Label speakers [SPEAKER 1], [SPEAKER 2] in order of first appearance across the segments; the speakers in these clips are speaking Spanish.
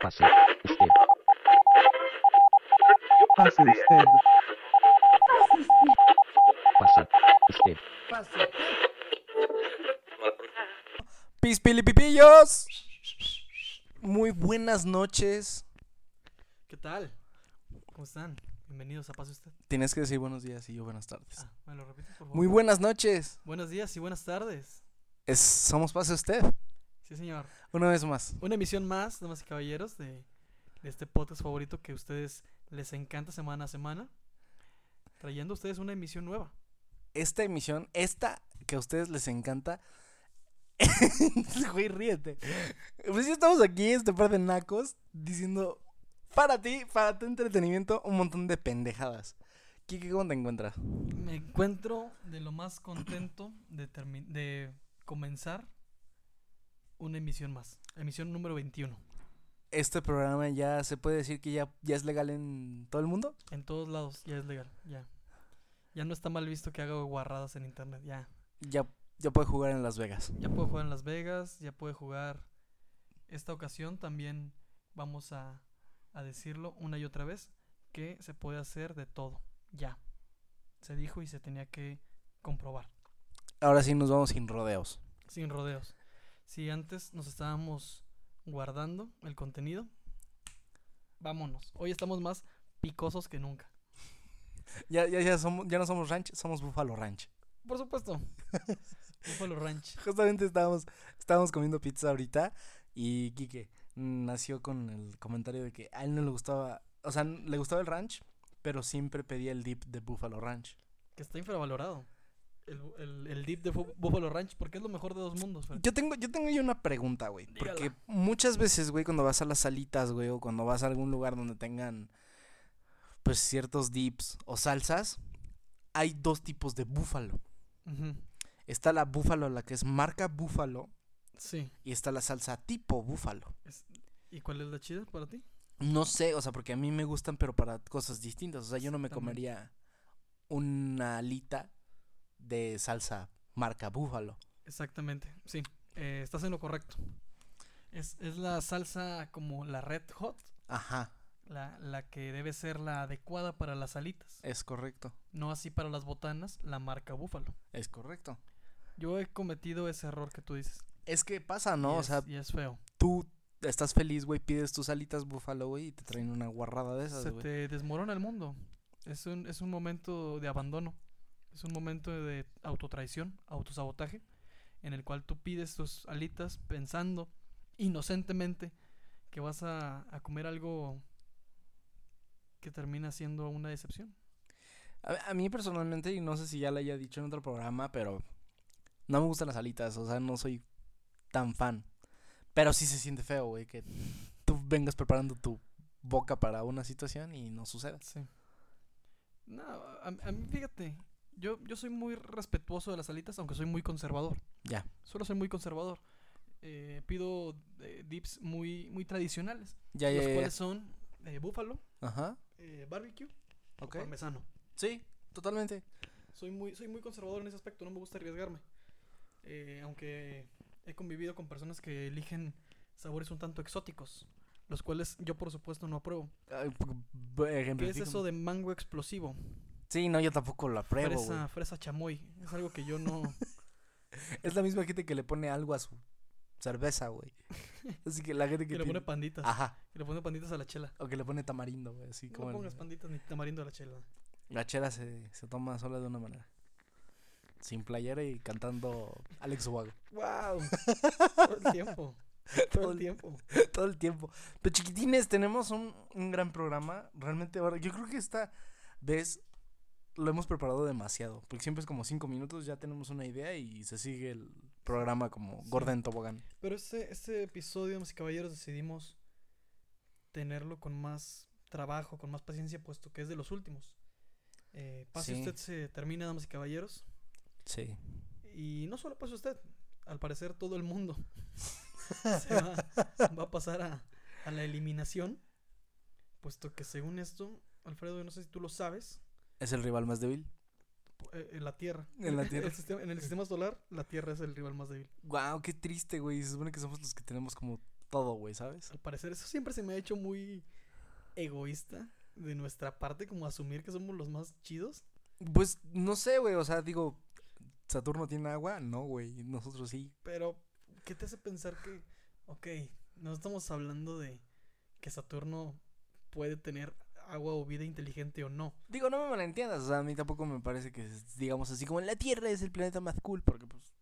[SPEAKER 1] Pase usted.
[SPEAKER 2] Pase usted.
[SPEAKER 1] Pasa usted.
[SPEAKER 3] ¡Pispilipipillos! Muy buenas noches.
[SPEAKER 4] ¿Qué tal? ¿Cómo están? Bienvenidos a Pase Usted.
[SPEAKER 3] Tienes que decir buenos días y yo buenas tardes.
[SPEAKER 4] Ah, ¿me lo repites, por favor?
[SPEAKER 3] Muy buenas noches.
[SPEAKER 4] Buenos días y buenas tardes.
[SPEAKER 3] Es- somos Pase Usted.
[SPEAKER 4] Sí, señor.
[SPEAKER 3] Una vez más.
[SPEAKER 4] Una emisión más, damas y caballeros, de, de este podcast favorito que a ustedes les encanta semana a semana. Trayendo a ustedes una emisión nueva.
[SPEAKER 3] Esta emisión, esta que a ustedes les encanta. Güey, ríete. Pues ya estamos aquí, este par de nacos, diciendo para ti, para tu entretenimiento, un montón de pendejadas. Kike, ¿cómo te encuentras?
[SPEAKER 4] Me encuentro de lo más contento de, termi- de comenzar una emisión más. Emisión número 21.
[SPEAKER 3] Este programa ya se puede decir que ya, ya es legal en todo el mundo.
[SPEAKER 4] En todos lados, ya es legal, ya. Ya no está mal visto que haga guarradas en internet, ya.
[SPEAKER 3] Ya, ya puede jugar en Las Vegas.
[SPEAKER 4] Ya puede jugar en Las Vegas, ya puede jugar. Esta ocasión también vamos a, a decirlo una y otra vez que se puede hacer de todo. Ya. Se dijo y se tenía que comprobar.
[SPEAKER 3] Ahora sí nos vamos sin rodeos.
[SPEAKER 4] Sin rodeos. Si antes nos estábamos guardando el contenido, vámonos. Hoy estamos más picosos que nunca.
[SPEAKER 3] Ya, ya, ya, somos, ya no somos ranch, somos Buffalo Ranch.
[SPEAKER 4] Por supuesto. Buffalo Ranch.
[SPEAKER 3] Justamente estábamos, estábamos comiendo pizza ahorita y Quique mm, nació con el comentario de que a él no le gustaba, o sea, n- le gustaba el ranch, pero siempre pedía el dip de Buffalo Ranch.
[SPEAKER 4] Que está infravalorado. El, bu- el, el dip de Fu- Buffalo Ranch, porque es lo mejor de dos mundos. Fer.
[SPEAKER 3] Yo tengo, yo tengo ahí una pregunta, güey. Porque
[SPEAKER 4] Dígala.
[SPEAKER 3] muchas veces, güey, cuando vas a las salitas, güey, o cuando vas a algún lugar donde tengan, pues, ciertos dips o salsas, hay dos tipos de búfalo.
[SPEAKER 4] Ujú.
[SPEAKER 3] Está la búfalo, la que es marca búfalo,
[SPEAKER 4] Sí.
[SPEAKER 3] y está la salsa tipo búfalo.
[SPEAKER 4] Es- ¿Y cuál es la chida para ti?
[SPEAKER 3] No sé, o sea, porque a mí me gustan, pero para cosas distintas. O sea, yo no me
[SPEAKER 4] Exactamente.
[SPEAKER 3] comería una alita de salsa marca búfalo.
[SPEAKER 4] Exactamente, sí. eh, estás en lo correcto. Es, es la salsa como la red hot,
[SPEAKER 3] Ajá,
[SPEAKER 4] la, la que debe ser la adecuada para las alitas.
[SPEAKER 3] es correcto.
[SPEAKER 4] No así para las botanas, la marca Búfalo.
[SPEAKER 3] Es correcto.
[SPEAKER 4] Yo he cometido ese error que tú dices.
[SPEAKER 3] Es que pasa,
[SPEAKER 4] y
[SPEAKER 3] ¿no? O
[SPEAKER 4] es-
[SPEAKER 3] sea,
[SPEAKER 4] y es feo.
[SPEAKER 3] tú estás feliz, güey, pides tus alitas búfalo, güey, y te traen una guarrada de esas,
[SPEAKER 4] Se
[SPEAKER 3] güey.
[SPEAKER 4] te desmorona el mundo. Es un, es un momento de abandono. Es un momento de autotraición, autosabotaje, en el cual tú pides tus alitas pensando inocentemente que vas a, a comer algo que termina siendo una decepción.
[SPEAKER 3] A, a mí personalmente, y no sé si ya la haya dicho en otro programa, pero no me gustan las alitas, o sea, no soy tan fan. Pero sí se siente feo, güey, que tú vengas preparando tu boca para una situación y no suceda.
[SPEAKER 4] Sí. No, a, a mí, fíjate, yo, yo soy muy respetuoso de las alitas, aunque soy muy conservador.
[SPEAKER 3] Ya.
[SPEAKER 4] Solo soy muy conservador. Eh, pido eh, dips muy, muy tradicionales,
[SPEAKER 3] Ya, ya,
[SPEAKER 4] los
[SPEAKER 3] ya, ya.
[SPEAKER 4] cuales son eh, búfalo,
[SPEAKER 3] Ajá.
[SPEAKER 4] eh, barbecue
[SPEAKER 3] Ok.
[SPEAKER 4] o parmesano.
[SPEAKER 3] Sí, totalmente.
[SPEAKER 4] Soy muy, soy muy conservador en ese aspecto, no me gusta arriesgarme. Eh, aunque he convivido con personas que eligen sabores un tanto exóticos, los cuales yo por supuesto no apruebo.
[SPEAKER 3] Ay, p- b-
[SPEAKER 4] ¿Qué es
[SPEAKER 3] ejemplifica-
[SPEAKER 4] eso de mango explosivo?
[SPEAKER 3] Sí, no, yo tampoco lo apruebo, güey.
[SPEAKER 4] fresa, fresa chamoy. Es algo que yo no...
[SPEAKER 3] Es la misma gente que le pone algo a su cerveza, güey. Así que la gente que
[SPEAKER 4] que le pone
[SPEAKER 3] tiene-
[SPEAKER 4] panditas.
[SPEAKER 3] Ajá.
[SPEAKER 4] Que le pone panditas a la chela.
[SPEAKER 3] O que le pone tamarindo, güey. Así
[SPEAKER 4] No
[SPEAKER 3] como
[SPEAKER 4] le
[SPEAKER 3] en-
[SPEAKER 4] pongas panditas ni tamarindo a la chela.
[SPEAKER 3] la chela se, se toma sola de una manera. Sin playera y cantando Alex Ubago.
[SPEAKER 4] ¡Wow! Todo el tiempo. Todo el tiempo.
[SPEAKER 3] Todo el tiempo. Pero chiquitines, tenemos un, un gran programa. Realmente ahora, yo creo que esta vez lo hemos preparado demasiado. Porque siempre es como cinco minutos, ya tenemos una idea y se sigue el programa como
[SPEAKER 4] Sí.
[SPEAKER 3] gorda en tobogán.
[SPEAKER 4] Pero este, este episodio, mis caballeros, decidimos tenerlo con más trabajo, con más paciencia, puesto que es de los últimos. Eh, pase
[SPEAKER 3] Sí.
[SPEAKER 4] usted se termina, damas y caballeros.
[SPEAKER 3] Sí.
[SPEAKER 4] Y no solo pase usted, al parecer todo el mundo se va, va a pasar a, a la eliminación. Puesto que según esto, Alfredo, yo no sé si tú lo sabes,
[SPEAKER 3] Es el rival más débil.
[SPEAKER 4] pu- eh, eh, la Tierra.
[SPEAKER 3] En la Tierra.
[SPEAKER 4] El sistema- en el sistema solar, la Tierra es el rival más débil.
[SPEAKER 3] Wow, qué triste, güey. Se supone que somos los que tenemos como todo, güey, ¿sabes?
[SPEAKER 4] Al parecer, eso siempre se me ha hecho muy egoísta de nuestra parte, como asumir que somos los más chidos.
[SPEAKER 3] Pues no sé, güey, o sea, digo, ¿Saturno tiene agua? No, güey, nosotros sí.
[SPEAKER 4] Pero, ¿qué te hace pensar que, ok, no estamos hablando de que Saturno puede tener agua o vida inteligente o no?
[SPEAKER 3] Digo, no me malentiendas, o sea, a mí tampoco me parece que, es, digamos así, como la Tierra es el planeta más cool, porque pues...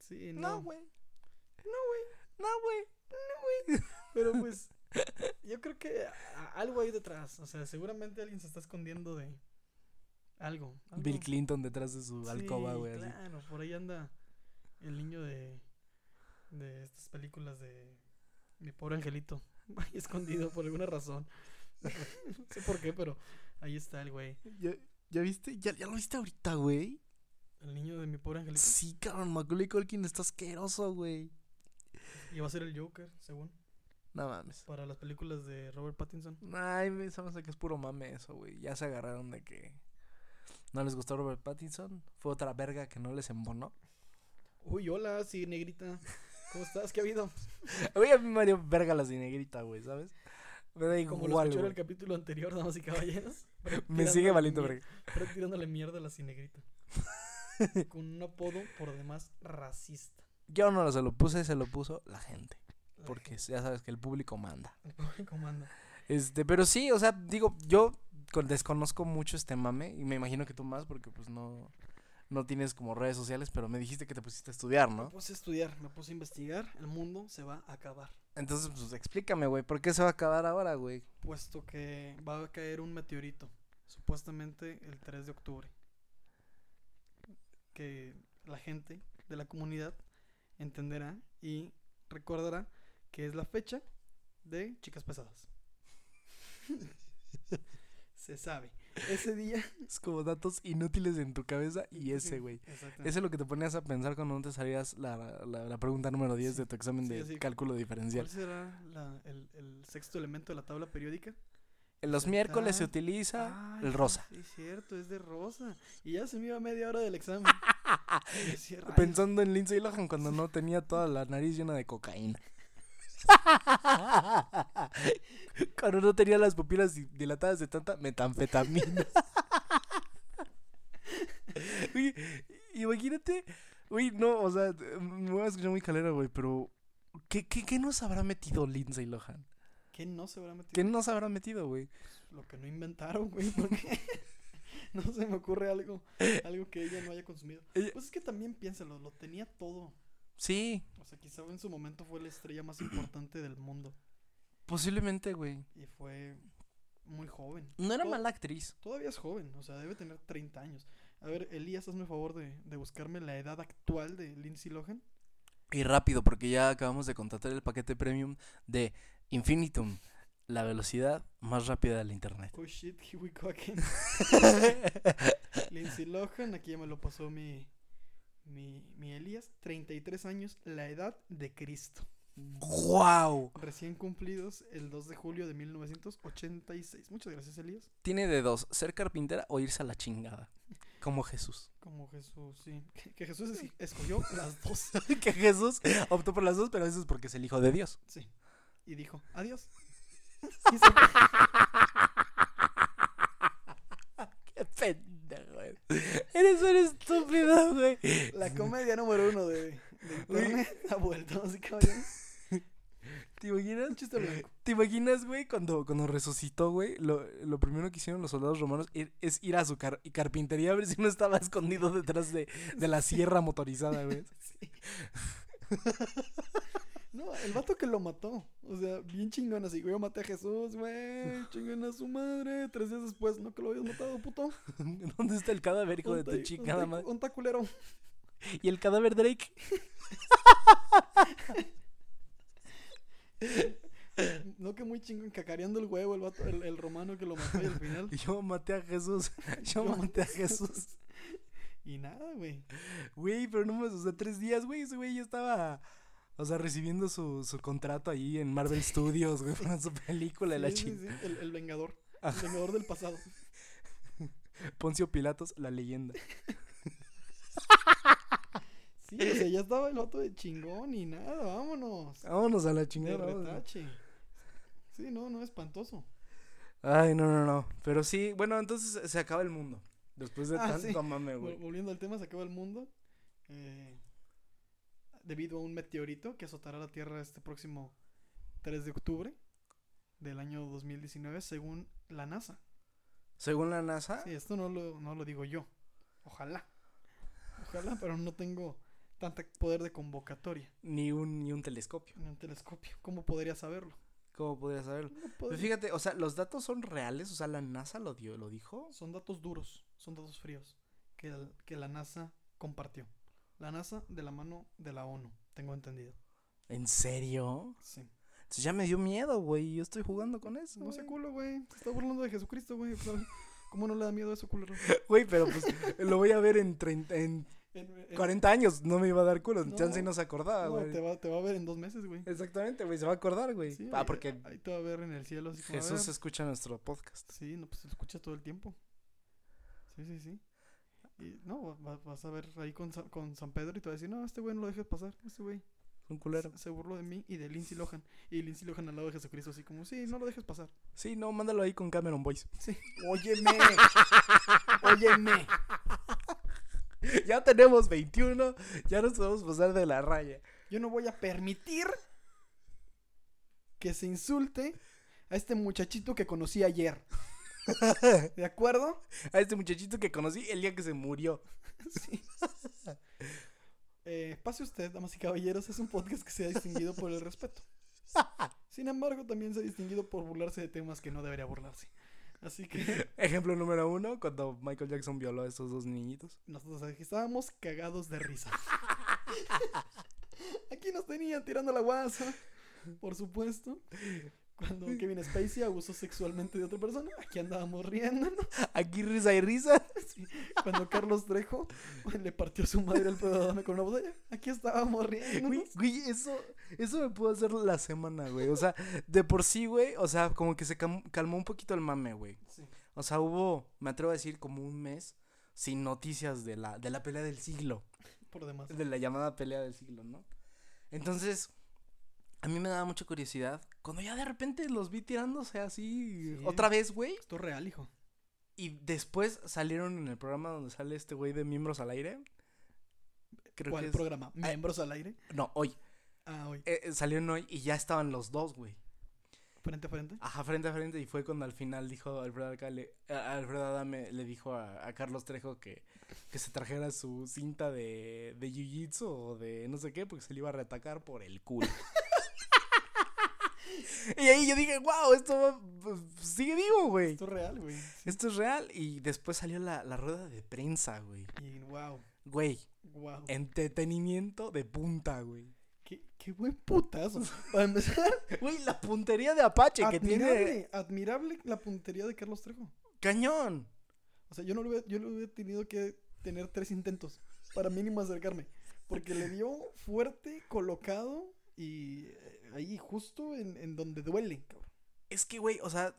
[SPEAKER 4] Sí,
[SPEAKER 3] No,
[SPEAKER 4] no.
[SPEAKER 3] güey. No, güey. No, güey.
[SPEAKER 4] pero pues, yo creo que a- algo hay detrás. O sea, seguramente alguien se está escondiendo de algo. algo.
[SPEAKER 3] Bill Clinton detrás de su alcoba,
[SPEAKER 4] Sí,
[SPEAKER 3] güey. así.
[SPEAKER 4] Claro, por ahí anda el niño de, de estas películas de mi pobre angelito. Ahí escondido por alguna razón. no sé por qué, pero ahí está el güey.
[SPEAKER 3] ¿Ya, ya viste? ¿Ya, ya lo viste ahorita, güey?
[SPEAKER 4] El niño de mi pobre angelito.
[SPEAKER 3] Sí, cabrón, Macaulay Culkin está asqueroso, güey.
[SPEAKER 4] Y va a ser el Joker, según.
[SPEAKER 3] No mames.
[SPEAKER 4] Para las películas de Robert Pattinson.
[SPEAKER 3] Ay, me se me hace que es puro mame eso, güey. Ya se agarraron de que no les gustó Robert Pattinson. Fue otra verga que no les embonó.
[SPEAKER 4] Uy, hola, sí, negrita. ¿Cómo estás? ¿Qué ha habido?
[SPEAKER 3] Oye, a mí me dio verga las de negrita, güey, ¿sabes? Me da
[SPEAKER 4] Como
[SPEAKER 3] igual,
[SPEAKER 4] lo escuchó en
[SPEAKER 3] güey.
[SPEAKER 4] el capítulo anterior, damas y caballeros. Fred
[SPEAKER 3] Me
[SPEAKER 4] tirándole
[SPEAKER 3] sigue valiendo
[SPEAKER 4] mier-
[SPEAKER 3] verga.
[SPEAKER 4] Fred tirándole mierda a la cinegrita. Con un apodo por demás racista.
[SPEAKER 3] Yo no se lo puse, se lo puso la gente.
[SPEAKER 4] La
[SPEAKER 3] Porque
[SPEAKER 4] gente,
[SPEAKER 3] ya sabes que el público manda.
[SPEAKER 4] El público manda.
[SPEAKER 3] Este, pero sí, o sea, digo, yo con- desconozco mucho este mame y me imagino que tú más porque pues no no tienes como redes sociales, pero me dijiste que te pusiste a estudiar,
[SPEAKER 4] Me
[SPEAKER 3] ¿no?
[SPEAKER 4] puse a estudiar, me puse a investigar. El mundo se va a acabar.
[SPEAKER 3] Entonces, pues explícame, güey, ¿por qué se va a acabar ahora, güey?
[SPEAKER 4] Puesto que va a caer un meteorito. Supuestamente el 3 de octubre. Que la gente de la comunidad entenderá y recordará que es la fecha de Chicas Pesadas. se sabe. Ese día.
[SPEAKER 3] Es como datos inútiles en tu cabeza y ese, güey.
[SPEAKER 4] Exactamente.
[SPEAKER 3] Eso es lo que te ponías a pensar cuando no te salías la, la- la pregunta número 10 de tu examen
[SPEAKER 4] Sí,
[SPEAKER 3] de
[SPEAKER 4] así-
[SPEAKER 3] cálculo diferencial.
[SPEAKER 4] ¿Cuál será la- el, el sexto elemento de la tabla periódica?
[SPEAKER 3] Los
[SPEAKER 4] Ahí
[SPEAKER 3] miércoles se
[SPEAKER 4] está.
[SPEAKER 3] utiliza
[SPEAKER 4] Ay,
[SPEAKER 3] el
[SPEAKER 4] sí,
[SPEAKER 3] rosa.
[SPEAKER 4] Sí, es cierto, es de rosa. Y ya se me iba media hora del examen. Y yo decía, "Rayos".
[SPEAKER 3] Pensando en Lindsay Lohan cuando no tenía toda la nariz llena de cocaína. Cuando no tenía las pupilas di- dilatadas de tanta metanfetamina. Oye, imagínate, uy, no, o sea, me voy a escuchar muy calera, güey, pero ¿qué, qué, qué nos habrá metido Lindsay Lohan?
[SPEAKER 4] ¿Qué no se habrá metido?
[SPEAKER 3] ¿Qué nos habrá metido, güey?
[SPEAKER 4] Lo que no inventaron, güey, porque no se me ocurre algo, algo que ella no haya consumido.
[SPEAKER 3] Ella-
[SPEAKER 4] Pues es que también piénsalo, lo tenía todo.
[SPEAKER 3] Sí,
[SPEAKER 4] O sea, quizá en su momento fue la estrella más importante del mundo
[SPEAKER 3] posiblemente, güey.
[SPEAKER 4] y fue muy joven.
[SPEAKER 3] No era
[SPEAKER 4] Todo-
[SPEAKER 3] mala actriz.
[SPEAKER 4] Todavía es joven, o sea, debe tener 30 años. A ver, Elías, hazme favor de, de buscarme la edad actual de Lindsay Lohan.
[SPEAKER 3] Y rápido, porque ya acabamos de contratar el paquete premium de Infinitum, la velocidad más rápida del internet.
[SPEAKER 4] Oh shit, here we go again. Lindsay Lohan, aquí ya me lo pasó mi, mi, mi Elías. 33 años, la edad de Cristo.
[SPEAKER 3] ¡Wow!
[SPEAKER 4] Recién cumplidos el 2 de julio de 1986. Muchas gracias, Elías.
[SPEAKER 3] Tiene de dos, ser carpintera o irse a la chingada. Como Jesús.
[SPEAKER 4] Como Jesús, sí. Que, que Jesús es- escogió las dos.
[SPEAKER 3] que Jesús optó por las dos, pero eso es porque es el hijo de Dios.
[SPEAKER 4] Sí. Y dijo, adiós. Y se fue.
[SPEAKER 3] ¡Qué pendejo! eres. Eres un estúpido, güey.
[SPEAKER 4] La comedia número uno de, de internet ha vuelto, así que vaya.
[SPEAKER 3] ¿Te imaginas?
[SPEAKER 4] Un chiste blanco.
[SPEAKER 3] ¿Te imaginas, güey, cuando, cuando resucitó, güey? Lo, lo primero que hicieron los soldados romanos ir- es ir a su car- y carpintería a ver si no estaba escondido detrás de, de la sierra motorizada, güey.
[SPEAKER 4] Sí. No, el vato que lo mató. O sea, bien chingón así. Yo maté a Jesús, güey. Chingón a su madre. Tres días después, no que lo habías matado, puto.
[SPEAKER 3] ¿Dónde está el cadáver, hijo de tu
[SPEAKER 4] Ponte-
[SPEAKER 3] chica,
[SPEAKER 4] ponte-
[SPEAKER 3] nada más?
[SPEAKER 4] ponte culero.
[SPEAKER 3] ¿Y el cadáver Drake?
[SPEAKER 4] No que muy chingón, cacareando el huevo el vato, el, el romano que lo mató y al final.
[SPEAKER 3] Yo maté a Jesús. Yo maté a Jesús.
[SPEAKER 4] Y nada, güey.
[SPEAKER 3] Güey, pero no más, o sea, tres días, güey. Ese güey ya estaba, o sea, recibiendo su, su contrato ahí en Marvel Studios, güey, para su película, la
[SPEAKER 4] Sí, sí,
[SPEAKER 3] chingada. Ah.
[SPEAKER 4] sí, el, el vengador. El
[SPEAKER 3] Ajá.
[SPEAKER 4] vengador del pasado.
[SPEAKER 3] Poncio Pilatos, la leyenda.
[SPEAKER 4] Sí, o sea, ya estaba el vato de chingón y nada, vámonos.
[SPEAKER 3] Vámonos a la
[SPEAKER 4] De
[SPEAKER 3] chingada. vámonos.
[SPEAKER 4] retache. Sí, no, no, espantoso.
[SPEAKER 3] Ay, no, no, no. Pero sí, bueno, entonces se acaba el mundo. Después de
[SPEAKER 4] Ah,
[SPEAKER 3] tanto
[SPEAKER 4] sí.
[SPEAKER 3] mame,
[SPEAKER 4] Vol-
[SPEAKER 3] güey.
[SPEAKER 4] Volviendo al tema, se acaba el mundo. eh, debido a un meteorito que azotará la Tierra este próximo 3 de octubre del año 2019, según la NASA.
[SPEAKER 3] Según la NASA,
[SPEAKER 4] Sí, esto no lo, no lo digo yo. Ojalá. Ojalá, pero no tengo tanto poder de convocatoria
[SPEAKER 3] ni un ni un telescopio.
[SPEAKER 4] en un telescopio. ¿Cómo podría saberlo?
[SPEAKER 3] ¿Cómo podría saberlo?
[SPEAKER 4] No
[SPEAKER 3] Pero
[SPEAKER 4] podría.
[SPEAKER 3] Pues fíjate, o sea, los datos son reales, o sea, la NASA lo dio, lo dijo.
[SPEAKER 4] Son datos duros, son datos fríos que, el- que la NASA compartió. La NASA de la mano de la ONU, tengo entendido.
[SPEAKER 3] ¿En serio?
[SPEAKER 4] Sí.
[SPEAKER 3] Entonces ya me dio miedo, güey. Yo estoy jugando con eso.
[SPEAKER 4] No sé
[SPEAKER 3] güey.
[SPEAKER 4] culo, güey. Se está burlando de Jesucristo, güey. Claro. ¿Cómo no le da miedo eso, culero?
[SPEAKER 3] Güey, pero pues lo voy a ver en, 30 en
[SPEAKER 4] En- en-
[SPEAKER 3] 40 años. No me iba a dar culo.
[SPEAKER 4] No.
[SPEAKER 3] Chance y no se acordaba,
[SPEAKER 4] no,
[SPEAKER 3] güey.
[SPEAKER 4] te, va, te va a ver en dos meses, güey.
[SPEAKER 3] Exactamente, güey. Se va a acordar, güey.
[SPEAKER 4] Sí,
[SPEAKER 3] ah,
[SPEAKER 4] ahí-
[SPEAKER 3] porque
[SPEAKER 4] Ahí te va a ver en el cielo. Así como, a
[SPEAKER 3] Jesús
[SPEAKER 4] ver.
[SPEAKER 3] escucha nuestro podcast.
[SPEAKER 4] Sí, no, pues se lo escucha todo el tiempo. Sí, sí, sí. Y no, va- va- vas a ver ahí con, Sa- con San Pedro y te va a decir, no, este güey no lo dejes pasar, este güey.
[SPEAKER 3] Un culero.
[SPEAKER 4] Se, se burló de mí y de Lindsay Lohan. Y Lindsay Lohan al lado de Jesucristo, así como, sí, no lo dejes pasar.
[SPEAKER 3] Sí, no, mándalo ahí con Cameron Boys.
[SPEAKER 4] Óyeme, óyeme.
[SPEAKER 3] ya tenemos 21. Ya nos podemos pasar de la raya.
[SPEAKER 4] Yo no voy a permitir que se insulte a este muchachito que conocí ayer. ¿De acuerdo?
[SPEAKER 3] A este muchachito que conocí el día que se murió.
[SPEAKER 4] Sí. Eh, pase usted, damas y caballeros, es un podcast que se ha distinguido por el respeto. Sin embargo, también se ha distinguido por burlarse de temas que no debería burlarse. Así que
[SPEAKER 3] Ejemplo número uno, cuando Michael Jackson violó a estos dos niñitos.
[SPEAKER 4] nosotros aquí estábamos cagados de risa. Aquí nos tenían tirando la guasa, por supuesto. Cuando Kevin Spacey abusó sexualmente de otra persona, aquí andábamos riendo.
[SPEAKER 3] Aquí risa y risa.
[SPEAKER 4] Cuando Carlos Trejo le partió su madre al pedo de Adame con una botella, aquí estábamos riendo.
[SPEAKER 3] Güey, güey, eso, eso me pudo hacer la semana, güey. O sea, de por sí, güey. O sea, como que se cam- calmó un poquito el mame, güey.
[SPEAKER 4] Sí.
[SPEAKER 3] O sea, hubo, me atrevo a decir, como un mes sin noticias de la, de la pelea del siglo.
[SPEAKER 4] Por demás.
[SPEAKER 3] de la llamada pelea del siglo, ¿no? Entonces, a mí me daba mucha curiosidad cuando ya de repente los vi tirándose así
[SPEAKER 4] Sí.
[SPEAKER 3] otra vez, güey.
[SPEAKER 4] Esto es real, hijo.
[SPEAKER 3] Y después salieron en el programa donde sale este güey de miembros al aire. Creo
[SPEAKER 4] ¿Cuál
[SPEAKER 3] que es- Ah.
[SPEAKER 4] programa? ¿Miembros al aire?
[SPEAKER 3] No, hoy.
[SPEAKER 4] Ah, hoy.
[SPEAKER 3] Eh, eh, salieron hoy y ya estaban los dos, güey.
[SPEAKER 4] Frente a frente.
[SPEAKER 3] Ajá, frente a frente. Y fue cuando al final dijo Alfredo, Alcalde, a- Alfredo Adame, le dijo a, a Carlos Trejo que, que se trajera su cinta de, de jiu-jitsu o de no sé qué, porque se le iba a reatacar por el culo. y ahí yo dije, wow, esto va- pues, sigue vivo, güey.
[SPEAKER 4] Esto es real, güey. Sí.
[SPEAKER 3] Esto es real. Y después salió la, la rueda de prensa, güey.
[SPEAKER 4] Y wow,
[SPEAKER 3] Güey,
[SPEAKER 4] wow.
[SPEAKER 3] Eh. entretenimiento de punta, güey.
[SPEAKER 4] Qué, qué buen putazo. Para empezar,
[SPEAKER 3] Güey, la puntería de Apache que tiene.
[SPEAKER 4] admirable, admirable la puntería de Carlos Trejo.
[SPEAKER 3] Cañón.
[SPEAKER 4] O sea, yo no lo hubiera, yo lo hubiera tenido que tener tres intentos para mínimo acercarme. Porque le dio fuerte, colocado y eh, ahí justo en, en donde duele, cabrón.
[SPEAKER 3] Es que, güey, o sea,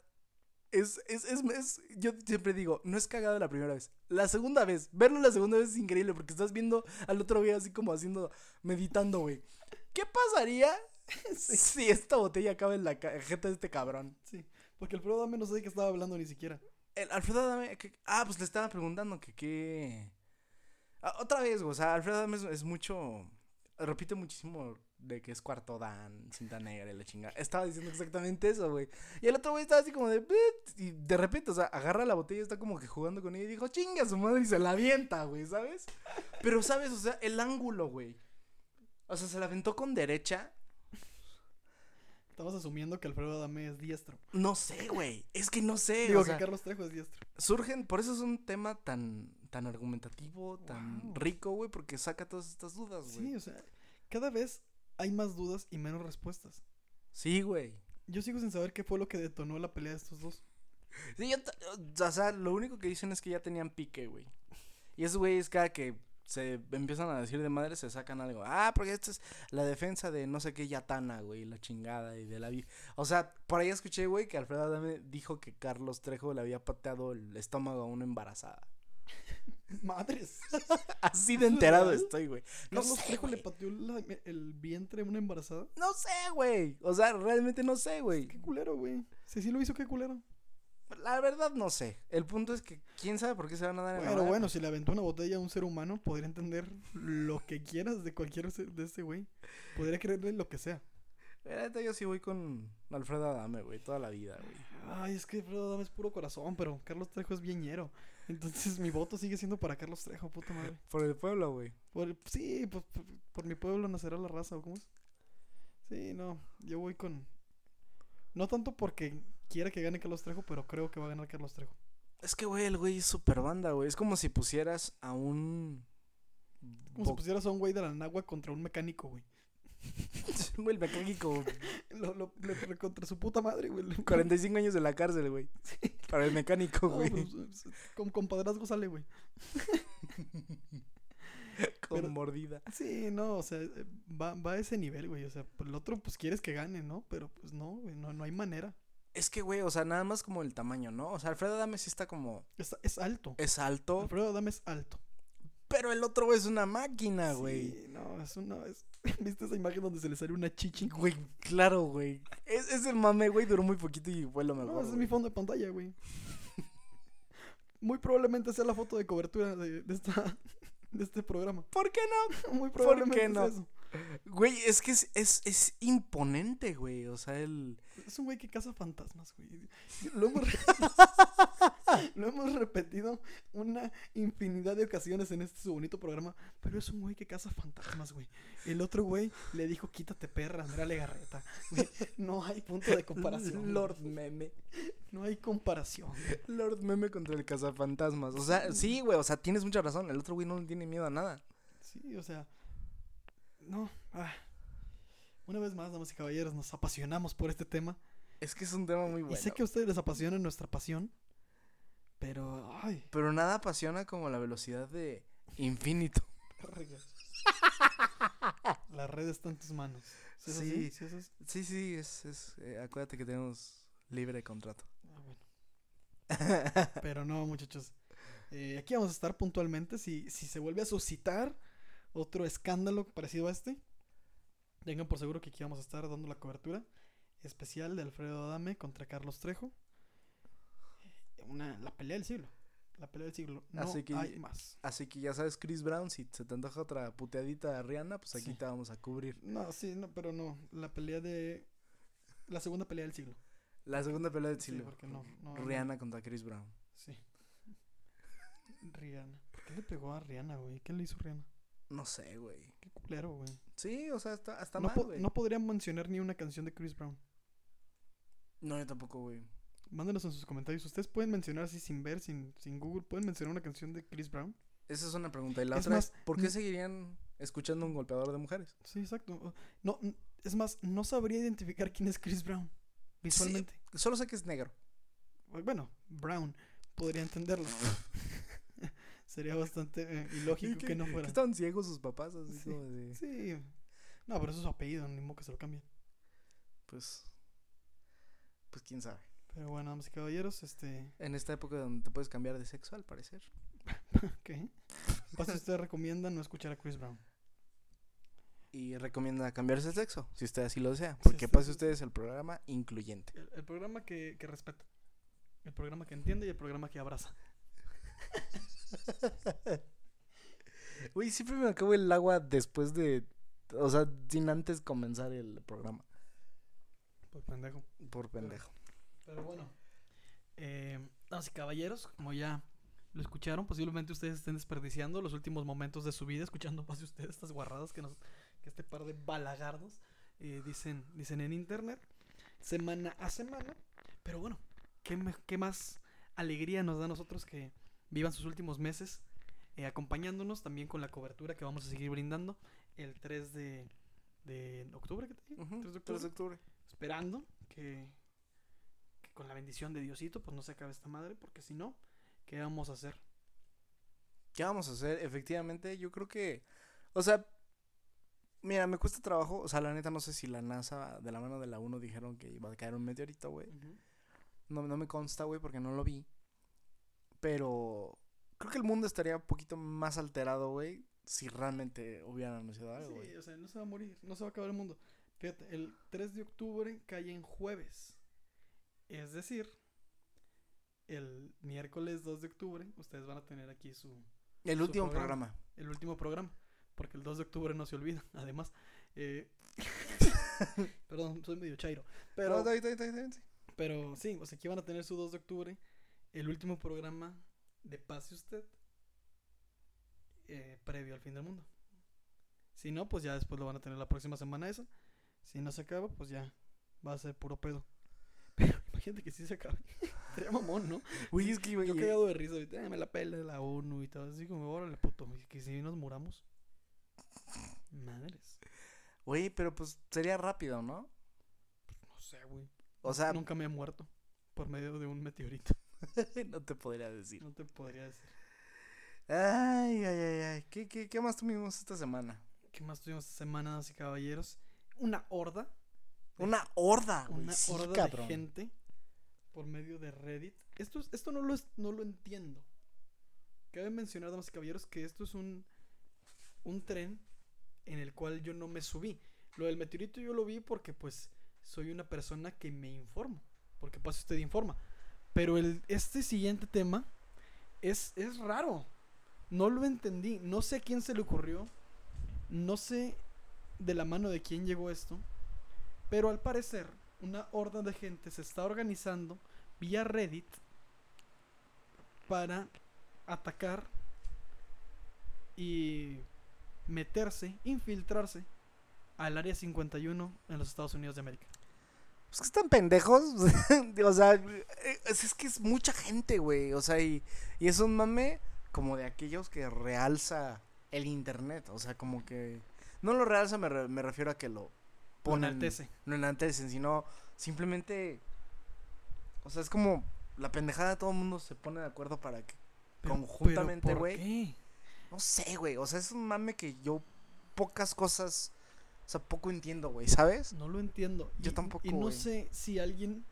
[SPEAKER 3] es, es, es, es- yo siempre digo, no es cagado la primera vez. La segunda vez, verlo la segunda vez es increíble porque estás viendo al otro güey así como haciendo, meditando, güey. ¿Qué pasaría si esta botella acaba en la cajeta de este cabrón?
[SPEAKER 4] Sí. Porque el Dame no sé de qué estaba hablando ni siquiera.
[SPEAKER 3] El Alfredo Adame, que- ah, pues le estaba preguntando que qué... Ah, otra vez, güey, o sea, Alfredo Adame es, es mucho, repite muchísimo de que es cuarto dan, cinta negra y la chingada. Estaba diciendo exactamente eso, güey. Y el otro güey estaba así como de... "Bit", Y de repente, o sea, agarra la botella y está como que jugando con ella y dijo, chinga su madre y se la avienta, güey, ¿sabes? Pero, ¿sabes? O sea, el ángulo, güey. O sea, se la aventó con derecha.
[SPEAKER 4] Estamos asumiendo que Alfredo Adame es diestro.
[SPEAKER 3] No sé, güey. Es que no sé.
[SPEAKER 4] Digo
[SPEAKER 3] o sea,
[SPEAKER 4] que Carlos Trejo es diestro.
[SPEAKER 3] surgen, por eso es un tema tan, tan argumentativo, tan
[SPEAKER 4] Wow.
[SPEAKER 3] rico, güey, porque saca todas estas dudas,
[SPEAKER 4] Sí,
[SPEAKER 3] güey.
[SPEAKER 4] o sea, cada vez hay más dudas y menos respuestas.
[SPEAKER 3] Sí, güey.
[SPEAKER 4] Yo sigo sin saber qué fue lo que detonó la pelea de estos dos.
[SPEAKER 3] Sí, yo t- o sea, lo único que dicen es que ya tenían pique, güey. Y esos güeyes cada que se empiezan a decir de madre se sacan algo. Ah, porque esta es la defensa de no sé qué Yatana, güey, la chingada y de la vi- O sea, por ahí escuché, güey, que Alfredo Adame dijo que Carlos Trejo le había pateado el estómago a una embarazada.
[SPEAKER 4] Madres.
[SPEAKER 3] Así de
[SPEAKER 4] ¿Eso es
[SPEAKER 3] enterado
[SPEAKER 4] real?
[SPEAKER 3] estoy, güey. No
[SPEAKER 4] Carlos
[SPEAKER 3] sé,
[SPEAKER 4] Trejo le
[SPEAKER 3] güey.
[SPEAKER 4] pateó la- el vientre a una embarazada.
[SPEAKER 3] No sé, güey. O sea, realmente no sé, güey.
[SPEAKER 4] Qué culero, güey. Si sí lo hizo, qué culero.
[SPEAKER 3] La verdad no sé. El punto es que quién sabe por qué se van a dar en la
[SPEAKER 4] Pero
[SPEAKER 3] madre.
[SPEAKER 4] bueno, si le aventó una botella a un ser humano, podría entender lo que quieras de cualquier se- de este güey. Podría creerle lo que sea.
[SPEAKER 3] La neta, yo sí voy con Alfredo Adame, güey, toda la vida, güey.
[SPEAKER 4] Ay, es que Alfredo Adame es puro corazón, pero Carlos Trejo es bien ñero. Entonces mi voto sigue siendo para Carlos Trejo, puta madre.
[SPEAKER 3] Por el pueblo, güey.
[SPEAKER 4] Por el- sí, pues por, por mi pueblo nacerá la raza, ¿o cómo es? Sí, no, yo voy con... No tanto porque quiera que gane Carlos Trejo, pero creo que va a ganar Carlos Trejo.
[SPEAKER 3] Es que, güey, el güey es super banda, güey. Es como si pusieras a un.
[SPEAKER 4] Como si
[SPEAKER 3] bo-
[SPEAKER 4] pusieras a un güey de la nagua contra un mecánico, güey.
[SPEAKER 3] Güey, el mecánico.
[SPEAKER 4] Lo, lo- le- le- contra su puta madre, güey. Le-
[SPEAKER 3] 45 años de la cárcel, güey. Para el mecánico,
[SPEAKER 4] No,
[SPEAKER 3] güey.
[SPEAKER 4] pues, con compadrazgo sale, güey.
[SPEAKER 3] con
[SPEAKER 4] pero-
[SPEAKER 3] mordida.
[SPEAKER 4] Sí, no, o sea, eh, va, va a ese nivel, güey. O sea, por el otro, pues quieres que gane, ¿no? Pero pues no, güey, no, no hay manera.
[SPEAKER 3] Es que, güey, o sea, nada más como el tamaño, ¿no? O sea, Alfredo Adame sí está como.
[SPEAKER 4] Es, es alto.
[SPEAKER 3] Es alto.
[SPEAKER 4] Alfredo Adame es alto.
[SPEAKER 3] Pero el otro, güey, es una máquina,
[SPEAKER 4] Sí,
[SPEAKER 3] güey.
[SPEAKER 4] no, es una. es- ¿Viste esa imagen donde se le sale una chichi?
[SPEAKER 3] Güey, claro, güey. Es, es el mame, güey, duró muy poquito y fue lo mejor.
[SPEAKER 4] No, ese es
[SPEAKER 3] güey.
[SPEAKER 4] mi fondo de pantalla, güey. Muy probablemente sea la foto de cobertura de, de esta, de este programa.
[SPEAKER 3] ¿Por qué no?
[SPEAKER 4] Muy
[SPEAKER 3] qué
[SPEAKER 4] probablemente
[SPEAKER 3] no?
[SPEAKER 4] sea eso.
[SPEAKER 3] Güey, es que es, es, es imponente, güey. O sea, el.
[SPEAKER 4] Es un güey que caza fantasmas, güey. Lo hemos, re- lo hemos repetido una infinidad de ocasiones en este su bonito programa, pero es un güey que caza fantasmas, güey. El otro güey le dijo, quítate perra, Andrea Legarreta. Güey, no hay punto de comparación.
[SPEAKER 3] Lord Meme.
[SPEAKER 4] No hay comparación. güey.
[SPEAKER 3] Lord Meme contra el cazafantasmas. O sea, sí, güey. O sea, tienes mucha razón. El otro güey no le tiene miedo a nada.
[SPEAKER 4] Sí, o sea. No. ah. Una vez más, damas y caballeros, nos apasionamos por este tema.
[SPEAKER 3] Es que es un tema muy bueno.
[SPEAKER 4] y sé que a ustedes les apasiona nuestra pasión, pero. Ay,
[SPEAKER 3] Pero nada apasiona como la velocidad de infinito.
[SPEAKER 4] Carga. La red está en tus manos. ¿Sí es así?
[SPEAKER 3] Sí.
[SPEAKER 4] ¿Sí es así?
[SPEAKER 3] Sí, sí, es. es eh, acuérdate que tenemos libre contrato.
[SPEAKER 4] Ah, bueno. Pero no, muchachos. Eh, aquí vamos a estar puntualmente. Si, si se vuelve a suscitar otro escándalo parecido a este, tengan por seguro que aquí vamos a estar dando la cobertura especial de Alfredo Adame contra Carlos Trejo. Una, la pelea del siglo. La pelea del siglo. No
[SPEAKER 3] Así que-
[SPEAKER 4] hay más.
[SPEAKER 3] Así que ya sabes, Chris Brown, si se te antoja otra puteadita a Rihanna, pues aquí
[SPEAKER 4] Sí.
[SPEAKER 3] te vamos a cubrir.
[SPEAKER 4] No, sí, no, pero no. La pelea de. La segunda pelea del siglo.
[SPEAKER 3] La segunda pelea de
[SPEAKER 4] Sí,
[SPEAKER 3] Chile.
[SPEAKER 4] porque no, no, no.
[SPEAKER 3] Rihanna contra Chris Brown.
[SPEAKER 4] Sí. Rihanna. ¿Por qué le pegó a Rihanna, güey? ¿Qué le hizo Rihanna?
[SPEAKER 3] No sé, güey.
[SPEAKER 4] Qué culero, güey.
[SPEAKER 3] Sí, o sea, está, está
[SPEAKER 4] No,
[SPEAKER 3] mal,
[SPEAKER 4] po-
[SPEAKER 3] güey.
[SPEAKER 4] no podrían mencionar ni una canción de Chris Brown.
[SPEAKER 3] No, yo tampoco, güey.
[SPEAKER 4] Mándenos en sus comentarios. ¿Ustedes pueden mencionar así sin ver, sin, sin Google? ¿Pueden mencionar una canción de Chris Brown?
[SPEAKER 3] Esa es una pregunta. Y la
[SPEAKER 4] Es
[SPEAKER 3] otra
[SPEAKER 4] más,
[SPEAKER 3] es, ¿por qué
[SPEAKER 4] ni-
[SPEAKER 3] seguirían escuchando un golpeador de mujeres?
[SPEAKER 4] Sí, exacto. O- No, n- es más, no sabría identificar quién es Chris Brown visualmente.
[SPEAKER 3] Solo sé que es negro.
[SPEAKER 4] O- Bueno, Brown. Podría entenderlo. Sería bastante eh, ilógico que, no
[SPEAKER 3] Que
[SPEAKER 4] fuera.
[SPEAKER 3] estaban ciegos sus papás, así
[SPEAKER 4] Sí.
[SPEAKER 3] como de...
[SPEAKER 4] Sí. No, pero eso es su apellido, ni modo que se lo cambien.
[SPEAKER 3] Pues... Pues quién sabe.
[SPEAKER 4] Pero bueno, damas y caballeros, este...
[SPEAKER 3] En esta época donde te puedes cambiar de sexo, al parecer.
[SPEAKER 4] ¿Qué? Paso usted recomienda no escuchar a Chris Brown.
[SPEAKER 3] Y recomienda cambiarse de sexo, si usted así lo desea. Porque
[SPEAKER 4] usted-
[SPEAKER 3] pase ustedes el programa incluyente.
[SPEAKER 4] El, el programa que, que respeta. El programa que entiende y el programa que abraza.
[SPEAKER 3] Güey, siempre me acabo el agua después de... O sea, sin antes comenzar el programa.
[SPEAKER 4] Pues pendejo.
[SPEAKER 3] Por pendejo.
[SPEAKER 4] Pero bueno.
[SPEAKER 5] Eh, damas y caballeros, como ya lo escucharon, posiblemente ustedes estén desperdiciando los últimos momentos de su vida escuchando más de ustedes estas guarradas que nos que este par de balagardos eh, dicen dicen en internet semana a semana. Pero bueno, qué, me- qué más alegría nos da a nosotros que vivan sus últimos meses eh, acompañándonos también con la cobertura que vamos a seguir brindando el 3 de, de octubre. ¿qué te dije?
[SPEAKER 3] Ujú,
[SPEAKER 5] 3 de octubre
[SPEAKER 3] 3 de octubre.
[SPEAKER 5] esperando que, que con la bendición de Diosito pues no se acabe esta madre porque si no qué vamos a hacer
[SPEAKER 3] ¿Qué vamos a hacer? Efectivamente, yo creo que. O sea, mira, me cuesta trabajo. O sea, la neta, no sé si la NASA de la mano de la 1 dijeron que iba a caer un meteorito, güey. No, no me consta, güey, porque no lo vi. Pero Creo que el mundo estaría un poquito más alterado, güey, si realmente hubieran anunciado algo, güey.
[SPEAKER 4] Sí, o sea, no se va a morir, no se va a acabar el mundo. Fíjate, el 3 de octubre cae en jueves. Es decir, el miércoles 2 de octubre ustedes van a tener aquí su
[SPEAKER 3] El
[SPEAKER 4] su
[SPEAKER 3] último
[SPEAKER 4] programa.
[SPEAKER 3] programa.
[SPEAKER 4] el último programa, porque el 2 de octubre no se olvida, además. eh, perdón, soy medio chairo,
[SPEAKER 3] Pero,
[SPEAKER 4] pero pero sí, o sea, aquí van a tener su 2 de octubre, el último programa de Pase Usted eh, previo al fin del mundo. Si no, pues ya después lo van a tener la próxima semana esa. Si no se acaba, pues ya va a ser puro pedo. Pero imagínate que sí se acaba. Sería mamón, ¿no?
[SPEAKER 3] Güey, es que, güey,
[SPEAKER 4] Yo
[SPEAKER 3] eh,
[SPEAKER 4] cagado de risa, ahorita, "Ah, me la pela de la ONU y todo. Así como, órale, puto. y Que si nos muramos. Madres.
[SPEAKER 3] güey, pero pues sería rápido, ¿no?
[SPEAKER 4] No sé, güey.
[SPEAKER 3] O sea,
[SPEAKER 4] Nunca me he muerto por medio de un meteorito.
[SPEAKER 3] no te podría decir.
[SPEAKER 4] No te podría decir.
[SPEAKER 3] Ay, ay, ay, ay. ¿Qué, qué, qué más tuvimos esta semana?
[SPEAKER 4] ¿Qué más tuvimos esta semana, damas y caballeros? Una horda. De-
[SPEAKER 3] Una horda, Ah, güey.
[SPEAKER 4] Una
[SPEAKER 3] sí,
[SPEAKER 4] horda
[SPEAKER 3] cabrón.
[SPEAKER 4] de gente por medio de Reddit. Esto, es- esto no, lo, es- no lo entiendo. Cabe mencionar, damas y caballeros, que esto es un, un tren en el cual yo no me subí. Lo del meteorito yo lo vi porque pues soy una persona que me informo. Porque pasa usted informa. Pero el, este siguiente tema es, es raro. No lo entendí. No sé a quién se le ocurrió. No sé de la mano de quién llegó esto. Pero al parecer, una horda de gente se está organizando vía Reddit para atacar y meterse, infiltrarse al área 51 en los Estados Unidos de América.
[SPEAKER 3] Pues que están pendejos. o sea, eh, es es que es mucha gente, güey. O sea, y, y es un mame como de aquellos que realza el internet. O sea, como que. No lo realza, me, re- me refiero a que lo
[SPEAKER 4] Lo
[SPEAKER 3] ponen.
[SPEAKER 4] enaltece.
[SPEAKER 3] No enaltecen, sino simplemente. O sea, es como la pendejada. Todo el mundo se pone de acuerdo para que. Conjuntamente,
[SPEAKER 5] ¿por
[SPEAKER 3] güey.
[SPEAKER 5] qué?
[SPEAKER 3] No sé, güey. O sea, es un mame que yo pocas cosas. O sea, poco entiendo, güey, ¿sabes?
[SPEAKER 4] No lo entiendo.
[SPEAKER 3] Yo
[SPEAKER 4] Y-
[SPEAKER 3] tampoco,
[SPEAKER 4] Y no
[SPEAKER 3] güey.
[SPEAKER 4] sé si alguien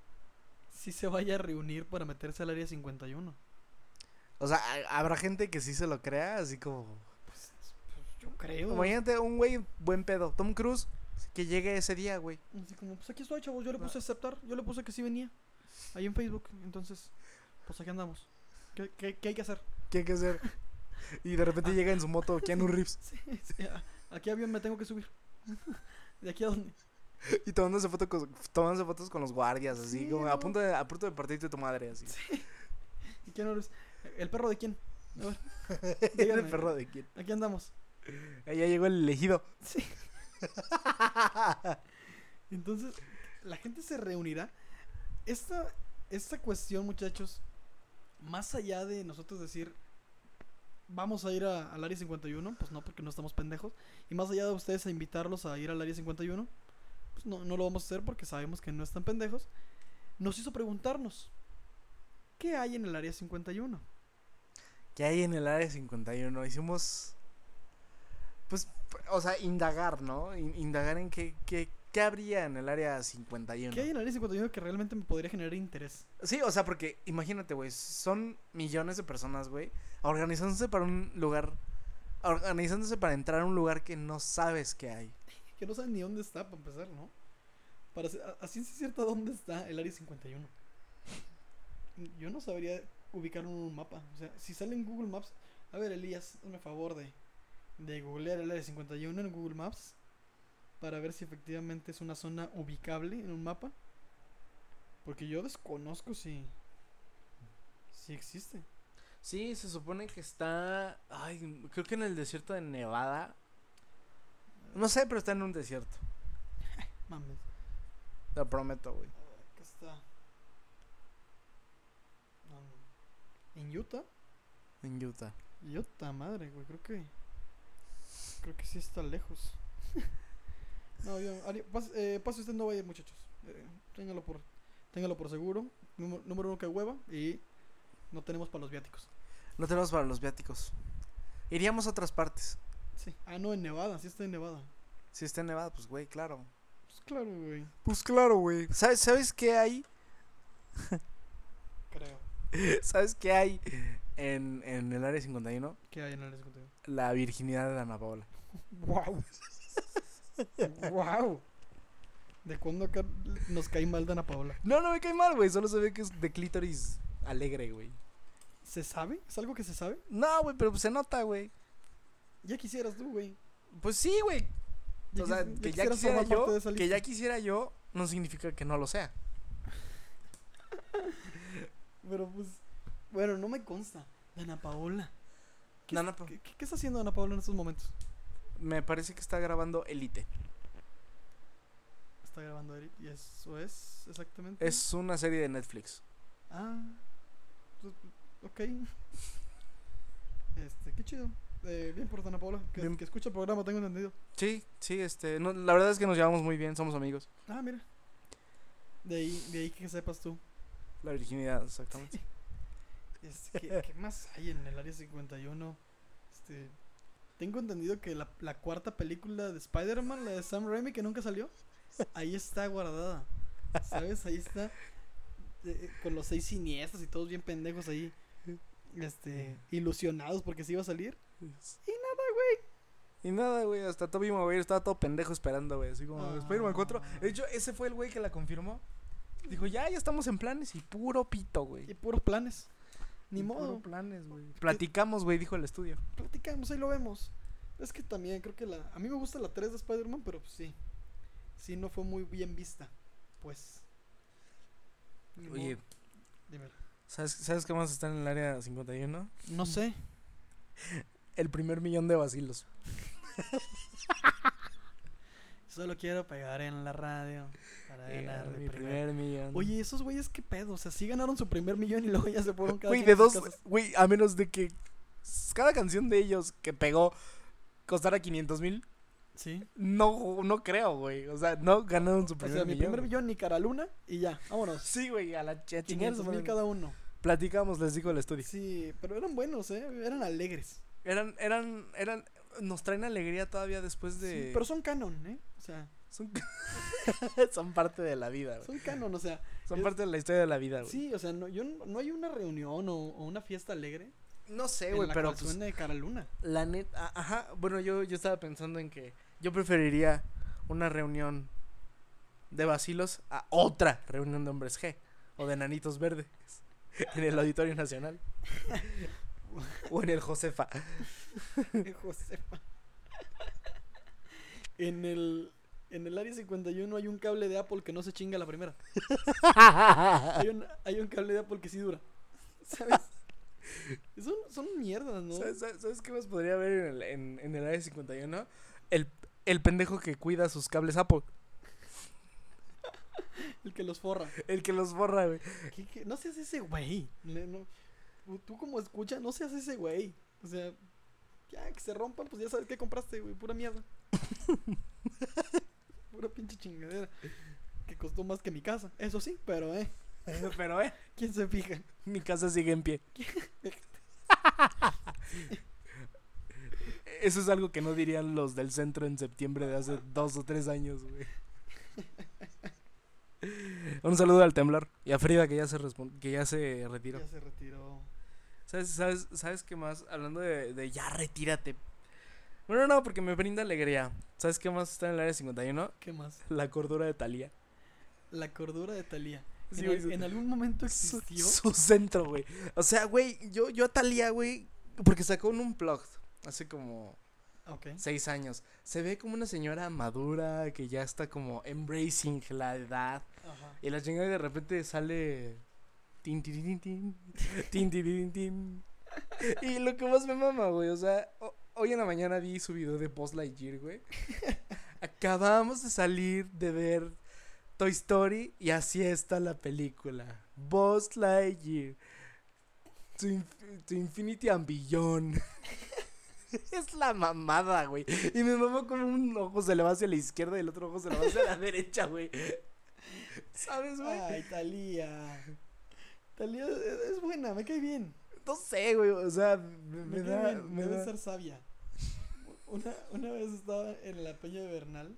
[SPEAKER 4] si se vaya a reunir para meterse al área 51.
[SPEAKER 3] O sea, ha- habrá gente que sí se lo crea, así como.
[SPEAKER 4] Pues, pues, yo creo.
[SPEAKER 3] Imagínate un güey buen pedo, Tom Cruise, que llegue ese día, güey.
[SPEAKER 4] Así como, pues aquí estoy, chavos. Yo le puse a aceptar. Yo le puse que sí venía. Ahí en Facebook. Entonces, pues aquí andamos. ¿Qué, qué- qué hay que Ah. hacer?
[SPEAKER 3] ¿Qué hay que hacer? Y de repente llega en su moto Keanu Reeves
[SPEAKER 4] Sí, sí, a, ¿a qué avión me tengo que subir? ¿De aquí a dónde?
[SPEAKER 3] y tomándose, foto con- tomándose fotos con los guardias, así,
[SPEAKER 4] Sí,
[SPEAKER 3] como a
[SPEAKER 4] no.
[SPEAKER 3] punto de, a punto de partirte tu madre, así.
[SPEAKER 4] ¿Y quién eres? ¿El perro de quién? A ver,
[SPEAKER 3] Era
[SPEAKER 4] díganme,
[SPEAKER 3] el perro de quién.
[SPEAKER 4] aquí andamos.
[SPEAKER 3] Ahí ya llegó el elegido.
[SPEAKER 4] Sí. Entonces, la gente se reunirá. Esta, esta cuestión, muchachos, más allá de nosotros decir, vamos a ir a- al área 51, pues no, porque no estamos pendejos. Y más allá de ustedes a invitarlos a ir al área 51, pues no, no lo vamos a hacer porque sabemos que no están pendejos. Nos hizo preguntarnos, ¿qué hay en el área 51?
[SPEAKER 3] ¿Qué hay en el área 51? Hicimos. Pues, o sea, indagar, ¿no? In- Indagar en qué, qué, qué habría en el área 51.
[SPEAKER 4] ¿Qué hay en el área 51 que realmente me podría generar interés?
[SPEAKER 3] Sí, o sea, porque imagínate, güey, son millones de personas, güey, organizándose para un lugar, organizándose para entrar a un lugar que no sabes que hay.
[SPEAKER 4] Que no saben ni dónde está, para empezar, ¿no? Para, se- a, a ciencia cierta, ¿dónde está el área 51? Yo no sabría ubicarlo en un mapa. O sea, si sale en Google Maps. A ver, Elías, hazme favor de, de googlear el área 51 en Google Maps. Para ver si efectivamente es una zona ubicable en un mapa. Porque yo desconozco si. Si existe.
[SPEAKER 3] Sí, se supone que está, ay, creo que en el desierto de Nevada. No sé, pero está en un desierto.
[SPEAKER 4] Mames.
[SPEAKER 3] Te lo prometo, güey.
[SPEAKER 4] A ver, acá está. No, no. ¿En Utah?
[SPEAKER 3] En Utah.
[SPEAKER 4] Yota madre, güey, creo que. Creo que sí está lejos. no, yo. Ari- pas- eh, pase usted no va a ir, muchachos. Eh, téngalo, por, téngalo por seguro. Número, número uno que hueva y no tenemos para los viáticos.
[SPEAKER 3] No tenemos para los viáticos. Iríamos a otras partes.
[SPEAKER 4] Sí. Ah, no, en Nevada, sí está en Nevada.
[SPEAKER 3] Si está en Nevada, pues, güey, claro.
[SPEAKER 4] Pues claro, güey.
[SPEAKER 3] Pues claro, güey. ¿Sabes, ¿Sabes qué hay?
[SPEAKER 4] Creo.
[SPEAKER 3] ¿Sabes qué hay en, en el área 51
[SPEAKER 5] ¿Qué hay en el escondite?
[SPEAKER 3] la virginidad de Ana Paola.
[SPEAKER 4] Wow. wow. ¿De cuándo acá nos cae mal Dana Paola?
[SPEAKER 3] No, no me cae mal, güey. Solo se ve que es de clítoris alegre, güey.
[SPEAKER 4] ¿Se sabe? ¿Es algo que se sabe?
[SPEAKER 3] No, güey, pero pues se nota, güey.
[SPEAKER 4] Ya quisieras tú, güey.
[SPEAKER 3] Pues sí, güey.
[SPEAKER 4] Ya
[SPEAKER 3] O sea,
[SPEAKER 4] quis-
[SPEAKER 3] que
[SPEAKER 4] ya
[SPEAKER 3] ya
[SPEAKER 4] quisieras
[SPEAKER 3] quisiera
[SPEAKER 4] formar parte de
[SPEAKER 3] yo,
[SPEAKER 4] esa
[SPEAKER 3] que
[SPEAKER 4] lista.
[SPEAKER 3] ya quisiera yo, no significa que no lo sea.
[SPEAKER 4] Pero pues, bueno, no me consta. Dana Paola. ¿Qué,
[SPEAKER 3] Dana Pa-
[SPEAKER 4] qué- qué- qué está haciendo Dana Paola en estos momentos?
[SPEAKER 3] Me parece que está grabando Elite.
[SPEAKER 4] Está grabando Eric y eso es exactamente.
[SPEAKER 3] Es una serie de Netflix.
[SPEAKER 4] Ah. pues, ok. Este, qué chido. Eh, bien por Dana Paola. Que,
[SPEAKER 3] Bien.
[SPEAKER 4] que escucha el programa, tengo entendido.
[SPEAKER 3] Sí, sí, este, no, la verdad es que nos llevamos muy bien, somos amigos.
[SPEAKER 4] Ah, mira. De ahí, de ahí que sepas tú.
[SPEAKER 3] La virginidad, exactamente.
[SPEAKER 4] Este, ¿qué, qué más hay en el área 51? Este, tengo entendido que la, la cuarta película de Spider-Man, la de Sam Raimi, que nunca salió, ahí está guardada. ¿Sabes? Ahí está. eh, eh, con los seis siniestros y todos bien pendejos ahí. Este, ilusionados porque sí iba a salir.
[SPEAKER 3] Y nada, güey. Y nada, güey, hasta Toby Maguire estaba todo pendejo esperando, güey, así como
[SPEAKER 4] Ah.
[SPEAKER 3] Spider-Man 4. De hecho, ese fue el güey que la confirmó. Dijo, "Ya, ya estamos en planes" y puro pito,
[SPEAKER 4] Y
[SPEAKER 3] güey.
[SPEAKER 4] puros planes. Ni
[SPEAKER 3] Y puro
[SPEAKER 4] modo.
[SPEAKER 3] planes, güey. Platicamos, güey, dijo el estudio.
[SPEAKER 4] Platicamos, ahí lo vemos. Es que también creo que la. A mí me gusta la 3 de Spider-Man, pero pues sí. Sí, no fue muy bien vista. Pues. Ni
[SPEAKER 3] Oye,
[SPEAKER 4] modo. Dímelo.
[SPEAKER 3] ¿sabes, ¿sabes qué más está en el área 51?
[SPEAKER 4] No sé.
[SPEAKER 3] El primer millón de vacilos.
[SPEAKER 4] Solo quiero pegar en la radio para ganar mi
[SPEAKER 3] Eh, mi
[SPEAKER 4] primer-
[SPEAKER 3] primer millón.
[SPEAKER 4] Oye, esos güeyes, qué pedo. O sea, sí ganaron su primer millón y luego ya se fueron cada
[SPEAKER 3] Güey,
[SPEAKER 4] quien
[SPEAKER 3] de
[SPEAKER 4] a sus
[SPEAKER 3] dos.
[SPEAKER 4] casas.
[SPEAKER 3] Güey, a menos de que s- cada canción de ellos que pegó costara 500 mil,
[SPEAKER 4] Sí.
[SPEAKER 3] no, no creo, güey. O sea, no ganaron su
[SPEAKER 4] O
[SPEAKER 3] primer
[SPEAKER 4] sea, mi
[SPEAKER 3] millón.
[SPEAKER 4] primer
[SPEAKER 3] güey.
[SPEAKER 4] millón ni cara luna y ya. Vámonos.
[SPEAKER 3] Sí, güey, a la ch- chingada.
[SPEAKER 4] 500
[SPEAKER 3] su
[SPEAKER 4] mil
[SPEAKER 3] madre.
[SPEAKER 4] cada uno.
[SPEAKER 3] Platicamos, les digo el estudio.
[SPEAKER 4] Sí, pero eran buenos, ¿eh? Eran alegres.
[SPEAKER 3] Eran, eran, eran. Nos traen alegría todavía después de.
[SPEAKER 4] Sí, pero son canon, ¿eh? O sea,
[SPEAKER 3] son... son parte de la vida, güey.
[SPEAKER 4] son canon. O sea,
[SPEAKER 3] Son
[SPEAKER 4] es-
[SPEAKER 3] parte de la historia de la vida, güey.
[SPEAKER 4] Sí, o sea, no, yo no, no hay una reunión o, o una fiesta alegre
[SPEAKER 3] No sé,
[SPEAKER 4] en
[SPEAKER 3] güey,
[SPEAKER 4] la
[SPEAKER 3] pero.
[SPEAKER 4] cual
[SPEAKER 3] pues,
[SPEAKER 4] suene cara luna.
[SPEAKER 3] La neta, ajá, bueno, yo, yo estaba pensando en que yo preferiría una reunión de vacilos a otra reunión de hombres G o de nanitos verdes en el Auditorio Nacional o en el Josefa.
[SPEAKER 4] Josefa. en el en el área 51 hay un cable de Apple que no se chinga la primera. Hay un, hay un cable de Apple que sí dura. ¿Sabes? Son, son mierdas, ¿no?
[SPEAKER 3] ¿Sabes, sabes- sabes qué más podría haber en el, en, en el área 51? El, el pendejo que cuida sus cables Apple,
[SPEAKER 4] El que los forra.
[SPEAKER 3] el que los borra, güey.
[SPEAKER 4] ¿Qué- qué? No seas ese güey. Le- no- tú- Tú como escucha, no seas ese güey. O sea, ya que se rompan, pues ya sabes qué compraste, güey. Pura mierda. Pura pinche chingadera. Que costó más que mi casa. Eso sí, pero eh.
[SPEAKER 3] Pero, eh,
[SPEAKER 4] ¿Quién se fija?
[SPEAKER 3] mi casa sigue en pie. Eso es algo que no dirían los del centro en septiembre de hace dos o tres años, güey. Un saludo al temblor y a Frida que ya se respon- que ya se retiró.
[SPEAKER 4] Ya se retiró.
[SPEAKER 3] ¿Sabes, sabes, sabes qué más? Hablando de, de ya retírate. Bueno, no, porque me brinda alegría. ¿Sabes qué más está en el área 51?
[SPEAKER 4] ¿Qué más?
[SPEAKER 3] La cordura de Talía.
[SPEAKER 4] La cordura de Talía.
[SPEAKER 3] Sí,
[SPEAKER 4] en,
[SPEAKER 3] güey,
[SPEAKER 4] al-
[SPEAKER 3] su-
[SPEAKER 4] en algún momento
[SPEAKER 3] su,
[SPEAKER 4] existió.
[SPEAKER 3] su centro, güey. O sea, güey, yo, yo a Talía, güey, porque sacó un unplugged hace como
[SPEAKER 4] Ah, Ok.
[SPEAKER 3] seis años. Se ve como una señora madura que ya está como embracing la edad.
[SPEAKER 4] Ajá.
[SPEAKER 3] Y la chingada de repente sale. Tin, tin, tin, tin, tin, tin, tin, tin, tin. Y lo que más me mama, güey. O sea, ho- hoy en la mañana vi su video de Buzz Lightyear, güey. Acabamos de salir de ver Toy Story y así está la película. Buzz Lightyear. To, inf- to Infinity and Beyond. Es la mamada, güey. Y me mamó como un ojo se le va hacia la izquierda y el otro ojo se le va hacia la derecha, güey. ¿Sabes, güey?
[SPEAKER 4] Ay, Talía. Talía es, es buena, me cae bien.
[SPEAKER 3] No sé, güey. O sea, me, me
[SPEAKER 4] Me cae
[SPEAKER 3] da.
[SPEAKER 4] bien,
[SPEAKER 3] me
[SPEAKER 4] debe
[SPEAKER 3] da-
[SPEAKER 4] ser sabia. Una, una vez estaba en la Peña de Bernal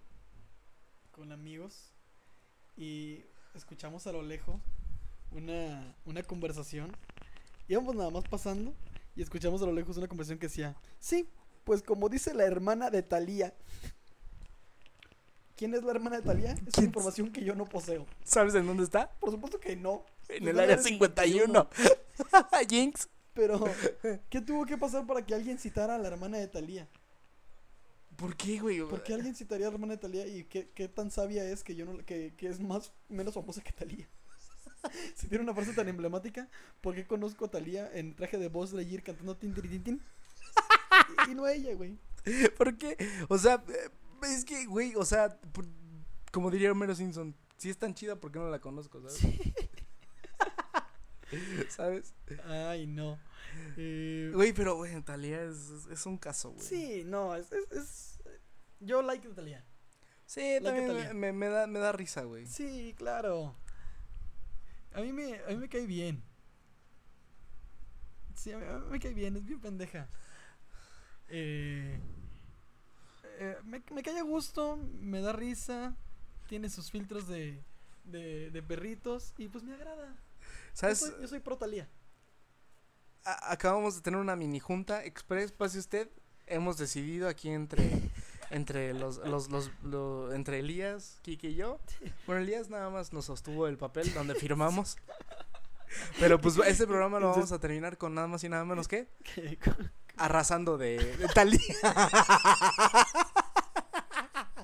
[SPEAKER 4] con amigos y escuchamos a lo lejos una, una conversación. Íbamos nada más pasando y escuchamos a lo lejos una conversación que decía, sí, pues como dice la hermana de Talía. ¿Quién es la hermana de Talía? Es una
[SPEAKER 3] ¿Quién?
[SPEAKER 4] información que yo no poseo.
[SPEAKER 3] ¿Sabes en dónde está?
[SPEAKER 4] Por supuesto que no.
[SPEAKER 3] En
[SPEAKER 4] Está
[SPEAKER 3] el área 51. Jinx.
[SPEAKER 4] Pero, ¿qué tuvo que pasar para que alguien citara a la hermana de Talía?
[SPEAKER 3] ¿Por qué, güey?
[SPEAKER 4] ¿Por qué alguien citaría a la hermana de Talía y qué, qué tan sabia es que yo no que, que es más menos famosa que Talía? Si tiene una frase tan emblemática, ¿por qué conozco a Talía en traje de voz de Lightyear cantando tin tin, tin, tin? Y, y no ella, güey.
[SPEAKER 3] ¿Por qué? O sea, eh, es que, güey, o sea, por- como diría Homero Simpson, si es tan chida, ¿por qué no la conozco, sabes? ¿Sabes?
[SPEAKER 4] Ay, no. Eh,
[SPEAKER 3] Güey, pero, güey, Talía es, es- es un caso, güey.
[SPEAKER 4] sí, no, es, es, es- Yo like a Talía.
[SPEAKER 3] Sí,
[SPEAKER 4] La
[SPEAKER 3] también
[SPEAKER 4] Thalía.
[SPEAKER 3] me, me- me da, me da risa, güey.
[SPEAKER 4] Sí, claro.
[SPEAKER 5] A mí me, a mí me cae bien.
[SPEAKER 4] Sí, a mí, a mí me cae bien, es bien pendeja.
[SPEAKER 5] Eh,
[SPEAKER 4] Eh, me, me cae a gusto, me da risa, tiene sus filtros de, de, de perritos y pues me agrada. Yo
[SPEAKER 3] ¿Sabes?
[SPEAKER 4] soy, yo soy pro Talía.
[SPEAKER 3] A- acabamos de tener una mini junta express, pase usted. Hemos decidido aquí entre entre los, los, los, lo- entre Elías, Kike y yo. Bueno, Elías nada más nos sostuvo el papel donde firmamos. Pero pues este programa lo vamos a terminar con nada más y nada menos que arrasando de, de Talía.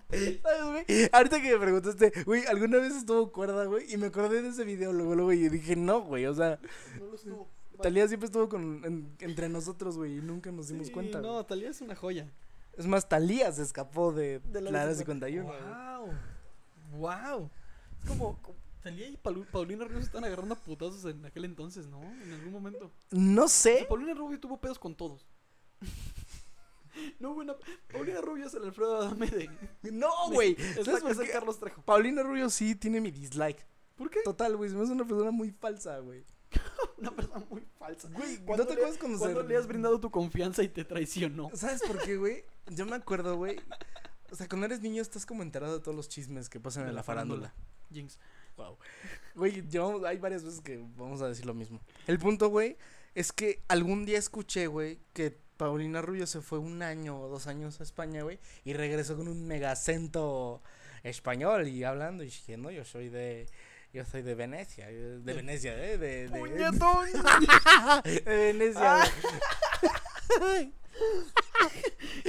[SPEAKER 3] ¿Sabes, güey? Ahorita que me preguntaste, güey, ¿alguna vez estuvo cuerda, güey? Y me acordé de ese video luego, luego, y dije, no, güey, o sea,
[SPEAKER 4] No lo estuvo.
[SPEAKER 3] Talía siempre estuvo con, en- entre nosotros, güey, y nunca nos dimos
[SPEAKER 4] Sí,
[SPEAKER 3] cuenta. güey.
[SPEAKER 4] No, Talía es una joya.
[SPEAKER 3] Es más, Talía se escapó de,
[SPEAKER 4] De la
[SPEAKER 3] la área
[SPEAKER 4] 50.
[SPEAKER 3] 51. güey.
[SPEAKER 5] wow. Wow.
[SPEAKER 4] Es como, como Talía y Palu- Paulina Rubio se están agarrando a putazos en aquel entonces, ¿no? En algún momento.
[SPEAKER 3] No
[SPEAKER 4] O sea,
[SPEAKER 3] sé.
[SPEAKER 4] Paulina Rubio tuvo pedos con todos. No, bueno, Paulina Rubio es el Alfredo Adame de.
[SPEAKER 3] No, güey.
[SPEAKER 4] Es
[SPEAKER 3] ¿Sabes
[SPEAKER 4] la
[SPEAKER 3] por
[SPEAKER 4] que es
[SPEAKER 3] qué?
[SPEAKER 4] Carlos Trejo.
[SPEAKER 3] Paulina Rubio sí tiene mi dislike.
[SPEAKER 4] ¿Por qué?
[SPEAKER 3] Total, güey. Es una persona muy falsa, güey.
[SPEAKER 4] Una persona muy falsa.
[SPEAKER 3] Güey, ¿no
[SPEAKER 4] ¿Cuándo
[SPEAKER 3] te
[SPEAKER 4] le-
[SPEAKER 3] acuerdas cuando se-
[SPEAKER 4] cuándo le has brindado tu confianza y te traicionó?
[SPEAKER 3] ¿Sabes por qué, güey? Yo me acuerdo, güey. O sea, cuando eres niño estás como enterado de todos los chismes que pasan
[SPEAKER 4] De
[SPEAKER 3] en
[SPEAKER 4] la
[SPEAKER 3] la farándula.
[SPEAKER 4] Jinx.
[SPEAKER 3] Wow. Güey, llevamos- hay varias veces que vamos a decir lo mismo. El punto, güey, es que algún día escuché, güey, que Paulina Rubio se fue un año o dos años a España, güey, y regresó con un mega acento español y hablando y diciendo, yo soy de... Yo soy de Venecia, yo- de Venecia, ¿eh? De, de,
[SPEAKER 4] ¡Puñetón!
[SPEAKER 3] de Venecia, güey.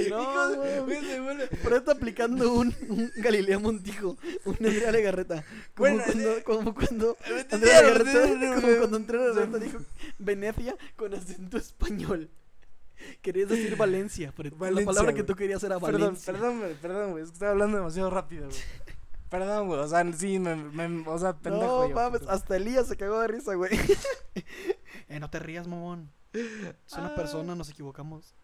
[SPEAKER 4] No,
[SPEAKER 3] Hijo de-
[SPEAKER 4] güey.
[SPEAKER 3] güey, se vuelve-
[SPEAKER 4] Pero está aplicando un, un Galilea Montijo, un Andrea Legarreta. Como
[SPEAKER 3] Bueno,
[SPEAKER 4] cuando, como cuando
[SPEAKER 3] Me
[SPEAKER 4] Andrea
[SPEAKER 3] entendieron, me
[SPEAKER 4] Legarreta,
[SPEAKER 3] entendieron,
[SPEAKER 4] como
[SPEAKER 3] güey.
[SPEAKER 4] cuando Andrea Legarreta dijo Venecia con acento español. Querías decir Valencia, pero
[SPEAKER 3] Valencia,
[SPEAKER 4] la palabra que
[SPEAKER 3] güey.
[SPEAKER 4] tú querías era
[SPEAKER 3] Perdón,
[SPEAKER 4] Valencia.
[SPEAKER 3] perdón, güey, perdón, güey. Es que estaba hablando demasiado rápido, güey. Perdón, güey. O sea, sí, me, me- o sea, pendejo.
[SPEAKER 4] no,
[SPEAKER 3] yo,
[SPEAKER 4] mames,
[SPEAKER 3] pendejo.
[SPEAKER 4] hasta Elías se cagó de risa, güey.
[SPEAKER 5] Eh, no te rías, mamón. Es una
[SPEAKER 3] Ah.
[SPEAKER 5] persona, nos equivocamos.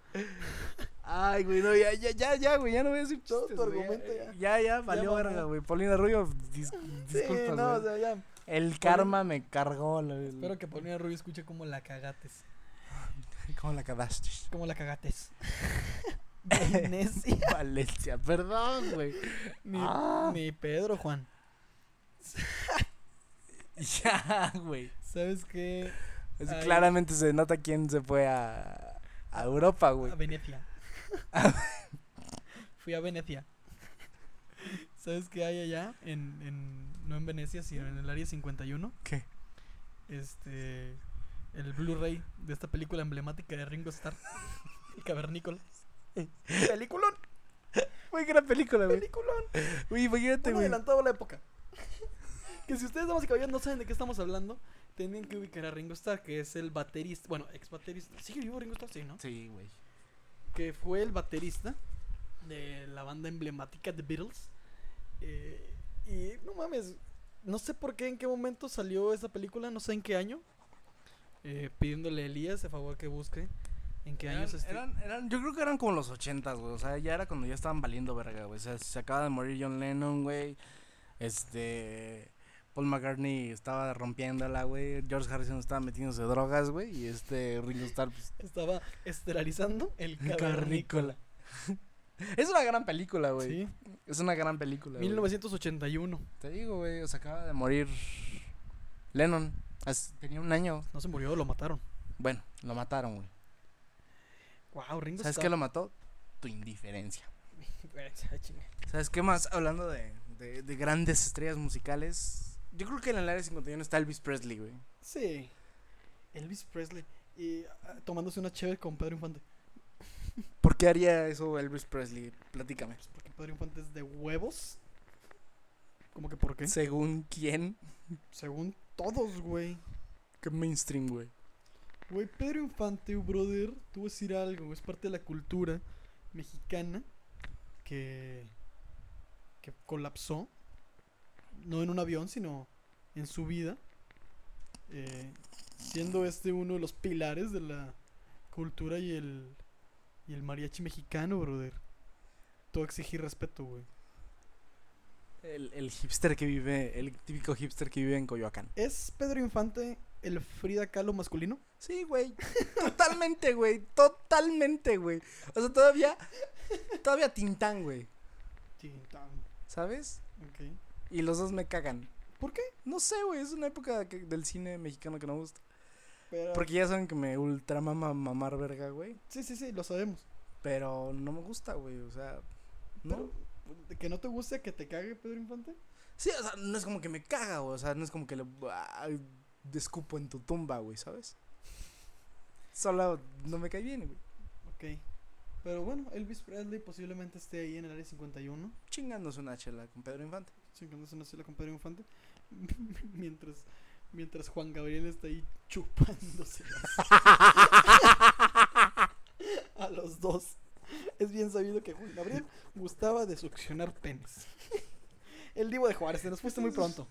[SPEAKER 3] Ay, güey, no, ya, ya, ya, ya, güey. Ya no voy a decir
[SPEAKER 4] Todo
[SPEAKER 3] chistes,
[SPEAKER 4] tu
[SPEAKER 3] güey,
[SPEAKER 4] argumento ya.
[SPEAKER 3] Ya, ya, valió
[SPEAKER 4] mamó.
[SPEAKER 3] verga, güey. Paulina Rubio, dis-
[SPEAKER 4] Sí,
[SPEAKER 3] disculpas,
[SPEAKER 4] no,
[SPEAKER 3] güey.
[SPEAKER 4] o sea, ya.
[SPEAKER 3] El karma me cargó. la- el-
[SPEAKER 5] Espero que Paulina Rubio escuche cómo la cagates.
[SPEAKER 3] ¿Cómo la cagaste?
[SPEAKER 5] Cómo la cagates.
[SPEAKER 4] Venecia.
[SPEAKER 3] Valencia, perdón, güey.
[SPEAKER 4] Ni,
[SPEAKER 3] Ah.
[SPEAKER 4] ni Pedro, Juan.
[SPEAKER 3] Ya, güey.
[SPEAKER 5] ¿Sabes qué?
[SPEAKER 3] Es-
[SPEAKER 5] Ay.
[SPEAKER 3] Claramente se nota quién se fue a, a Europa, güey.
[SPEAKER 5] A Venecia.
[SPEAKER 4] Ah,
[SPEAKER 5] Fui a Venecia. ¿Sabes qué hay allá? En, en- no en Venecia, sino en el área 51.
[SPEAKER 3] ¿Qué?
[SPEAKER 5] Este. El Blu-ray de esta película emblemática de Ringo Starr. El cavernícola.
[SPEAKER 4] Peliculón,
[SPEAKER 3] Güey, gran película, güey.
[SPEAKER 4] peliculón.
[SPEAKER 3] Güey, imagínate,
[SPEAKER 4] Un
[SPEAKER 3] güey.
[SPEAKER 4] adelantado a la época. Este que si ustedes, damas y caballeros, no saben de qué estamos hablando, tienen que ubicar a Ringo Starr, que es el baterista, bueno, ex baterista. ¿Sigue vivo Ringo Starr? Sí, ¿no?
[SPEAKER 3] Sí, güey.
[SPEAKER 4] Que fue el baterista de la banda emblemática The Beatles. Eh, y no mames, no sé por qué, en qué momento salió esa película, no sé en qué año.
[SPEAKER 5] eh, pidiéndole a Elías a favor que busque en qué
[SPEAKER 3] Eran-
[SPEAKER 5] años este-
[SPEAKER 3] eran- eran- yo creo que eran como los ochentas, güey. O sea, ya era cuando ya estaban valiendo verga, güey. O sea, se acaba de morir John Lennon, güey. Este. Paul McCartney estaba rompiéndola, güey. George Harrison estaba metiéndose drogas, güey. Y este Ringo Starr, pues.
[SPEAKER 4] Estaba estelarizando el cavernícola.
[SPEAKER 3] Cavernícola. es una gran película, güey.
[SPEAKER 5] Sí,
[SPEAKER 3] Es una gran película, güey.
[SPEAKER 5] 1981.
[SPEAKER 3] Te digo, güey. O sea, acaba de morir Lennon. As- Tenía un año.
[SPEAKER 5] No se murió, lo mataron.
[SPEAKER 3] Bueno, lo mataron, güey.
[SPEAKER 4] Wow, Ringo
[SPEAKER 3] ¿Sabes qué
[SPEAKER 4] Starr.
[SPEAKER 3] lo mató? Tu indiferencia.
[SPEAKER 4] Güey, esa chinga.
[SPEAKER 3] ¿Sabes qué más? Hablando de, de- de grandes estrellas musicales. Yo creo que en el área 51 está Elvis Presley, güey.
[SPEAKER 4] Sí. Elvis Presley. Y ah, tomándose una chévere con Pedro Infante.
[SPEAKER 3] ¿Por qué haría eso Elvis Presley? Platícame.
[SPEAKER 4] Pues porque Pedro Infante es de huevos. Como que por qué?
[SPEAKER 3] ¿Según quién?
[SPEAKER 4] Según todos, güey.
[SPEAKER 3] ¿Qué mainstream, güey?
[SPEAKER 4] Güey, Pedro Infante, brother, tú vas a decir algo, es parte de la cultura mexicana que, que colapsó, no en un avión, sino en su vida, eh, siendo este uno de los pilares de la cultura y el, y el mariachi mexicano, brother. Todo exigir respeto, güey.
[SPEAKER 3] El, el hipster que vive, el típico hipster que vive en Coyoacán.
[SPEAKER 4] ¿Es Pedro Infante el Frida Kahlo masculino?
[SPEAKER 3] Sí, güey. Totalmente, güey. Totalmente, güey. O sea, todavía. Todavía Tintán, güey.
[SPEAKER 4] Sí,
[SPEAKER 3] ¿Sabes?
[SPEAKER 4] ok.
[SPEAKER 3] Y los dos me cagan.
[SPEAKER 4] ¿Por qué?
[SPEAKER 3] No sé, güey. Es una época que- del cine mexicano que no me gusta.
[SPEAKER 4] Pero-
[SPEAKER 3] Porque ya saben que me ultramama mamar verga, güey.
[SPEAKER 4] Sí, sí, sí, lo sabemos.
[SPEAKER 3] Pero no me gusta, güey. O sea. No.
[SPEAKER 4] Pero, ¿de que no te guste que te cague Pedro Infante.
[SPEAKER 3] Sí, o sea, no es como que me caga, güey. O sea, no es como que le ay, escupo en tu tumba, güey, ¿sabes? Solo no me cae bien, güey.
[SPEAKER 4] Ok. Pero bueno, Elvis Presley posiblemente esté ahí en el área 51.
[SPEAKER 3] Chingándose una chela con Pedro Infante.
[SPEAKER 4] Chingándose una cela con Pedro Infante. mientras, mientras Juan Gabriel está ahí chupándose a los dos. Es bien sabido que Juan Gabriel gustaba de succionar penes. El Divo de Juárez, se nos fuiste muy pronto.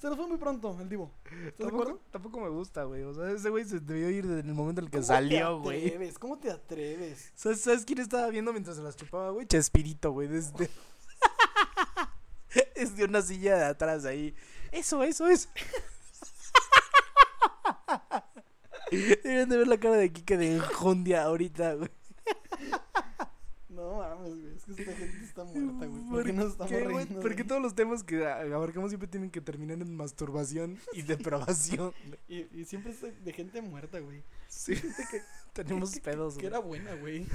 [SPEAKER 4] Se nos fue muy pronto, el Divo. ¿Estás de acuerdo?
[SPEAKER 3] Tampoco, tampoco me gusta, güey. O sea, ese güey se debió ir desde el momento en el que
[SPEAKER 4] ¿Cómo te
[SPEAKER 3] salió, güey.
[SPEAKER 4] atreves? ¿Cómo te atreves?
[SPEAKER 3] ¿Sabes, sabes quién estaba viendo mientras se las chupaba, güey? Chespirito, güey. Desde... desde una silla de atrás ahí. Eso, eso, eso. Deben de ver la cara de Kike de enjundia ahorita, güey.
[SPEAKER 4] No mames, güey. Es que esta gente está muerta, güey. ¿Por qué nos estamos
[SPEAKER 3] qué, güey?
[SPEAKER 4] riendo?
[SPEAKER 3] Porque
[SPEAKER 4] de-
[SPEAKER 3] todos los temas que a- abarcamos siempre tienen que terminar en masturbación y depravación. güey.
[SPEAKER 4] y, y siempre es de- de gente muerta, güey.
[SPEAKER 3] Sí. Tenemos
[SPEAKER 4] Que- que-
[SPEAKER 3] pedos,
[SPEAKER 4] Que,
[SPEAKER 3] güey.
[SPEAKER 4] era buena, güey.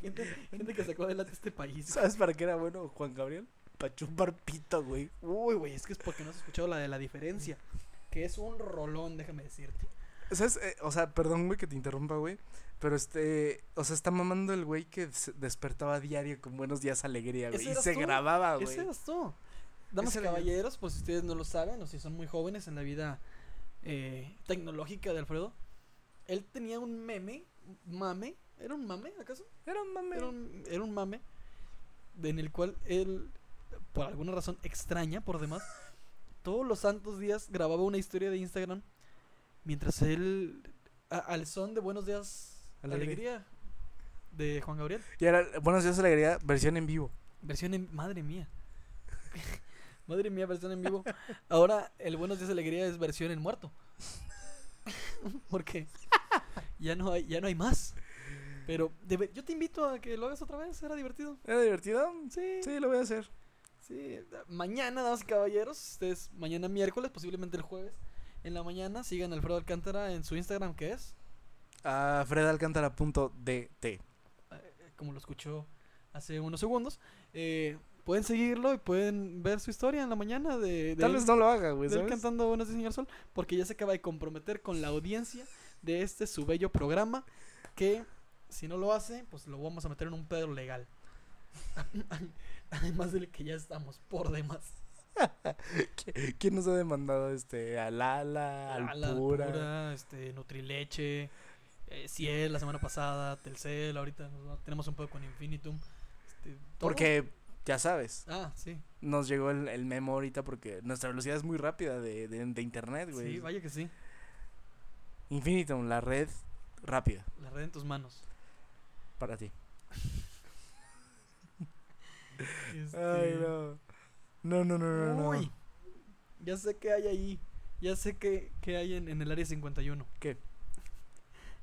[SPEAKER 4] gente, gente que sacó adelante este país.
[SPEAKER 3] ¿Sabes para qué era bueno Juan Gabriel? Para chupar pito, güey.
[SPEAKER 4] Uy, güey, es que es porque no has escuchado la de la diferencia. Que es un rolón, déjame decirte.
[SPEAKER 3] ¿Sabes? Eh, o sea, perdón, güey, que te interrumpa, güey. Pero este. O sea, está mamando el güey que se despertaba diario con buenos días alegría, güey.
[SPEAKER 4] ¿Ese
[SPEAKER 3] Y
[SPEAKER 4] eras
[SPEAKER 3] se
[SPEAKER 4] tú?
[SPEAKER 3] grababa, güey.
[SPEAKER 4] Ese eras tú. Ah, Damas
[SPEAKER 3] Ese
[SPEAKER 4] y
[SPEAKER 3] era yo.
[SPEAKER 4] caballeros, pues si ustedes no lo saben o si son muy jóvenes en la vida eh, tecnológica de Alfredo, él tenía un meme, mame, ¿era un mame acaso?
[SPEAKER 3] Era un mame.
[SPEAKER 4] Era un, era un mame de- en el cual él, por alguna razón extraña, por demás, todos los santos días grababa una historia de Instagram mientras él, a- al son de Buenos Días
[SPEAKER 3] Alegría.
[SPEAKER 4] Alegría de Juan Gabriel.
[SPEAKER 3] Y era buenos días alegría, versión en vivo.
[SPEAKER 4] Versión en... Madre mía. Madre mía, versión en vivo. Ahora el Buenos Días Alegría es versión en muerto. Porque ya no hay, ya no hay más. Pero debe- yo te invito a que lo hagas otra vez, era divertido.
[SPEAKER 3] ¿Era divertido?
[SPEAKER 4] Sí,
[SPEAKER 3] Sí, lo voy a hacer.
[SPEAKER 4] sí. Mañana, damas y caballeros, ustedes, mañana miércoles, posiblemente el jueves, en la mañana, sigan a Alfredo Alcántara en su Instagram, que es,
[SPEAKER 3] A fredalcántara.dt.
[SPEAKER 4] eh, como lo escuchó hace unos segundos, eh, pueden seguirlo y pueden ver su historia en la mañana de... de
[SPEAKER 3] Tal
[SPEAKER 4] él-
[SPEAKER 3] vez no lo haga, güey.
[SPEAKER 4] de él
[SPEAKER 3] ¿sabes?
[SPEAKER 4] cantando Buenos días, señor Sol, porque ya se acaba de comprometer con la audiencia de este su bello programa, que si no lo hace, pues lo vamos a meter en un pedo legal. Además del que ya estamos por demás.
[SPEAKER 3] ¿Qui- ¿Quién nos ha demandado este? A Lala,
[SPEAKER 4] A
[SPEAKER 3] al
[SPEAKER 4] la
[SPEAKER 3] Pura.
[SPEAKER 4] Alpura, este, Nutrileche, eh, Ciel la semana pasada, Telcel, ahorita nos va- tenemos un pedo con Infinitum. este,
[SPEAKER 3] Porque, ya sabes,
[SPEAKER 4] todos. Ah, sí.
[SPEAKER 3] nos llegó el, el memo ahorita porque nuestra velocidad es muy rápida de, de, de internet, güey.
[SPEAKER 4] Sí, vaya que sí.
[SPEAKER 3] Infinitum, la red rápida
[SPEAKER 4] La red en tus manos.
[SPEAKER 3] para ti.
[SPEAKER 4] Este,
[SPEAKER 3] no. No, no, no, no.
[SPEAKER 4] Uy, ya sé qué hay ahí. Ya sé qué, qué hay en, en el área 51.
[SPEAKER 3] ¿Qué?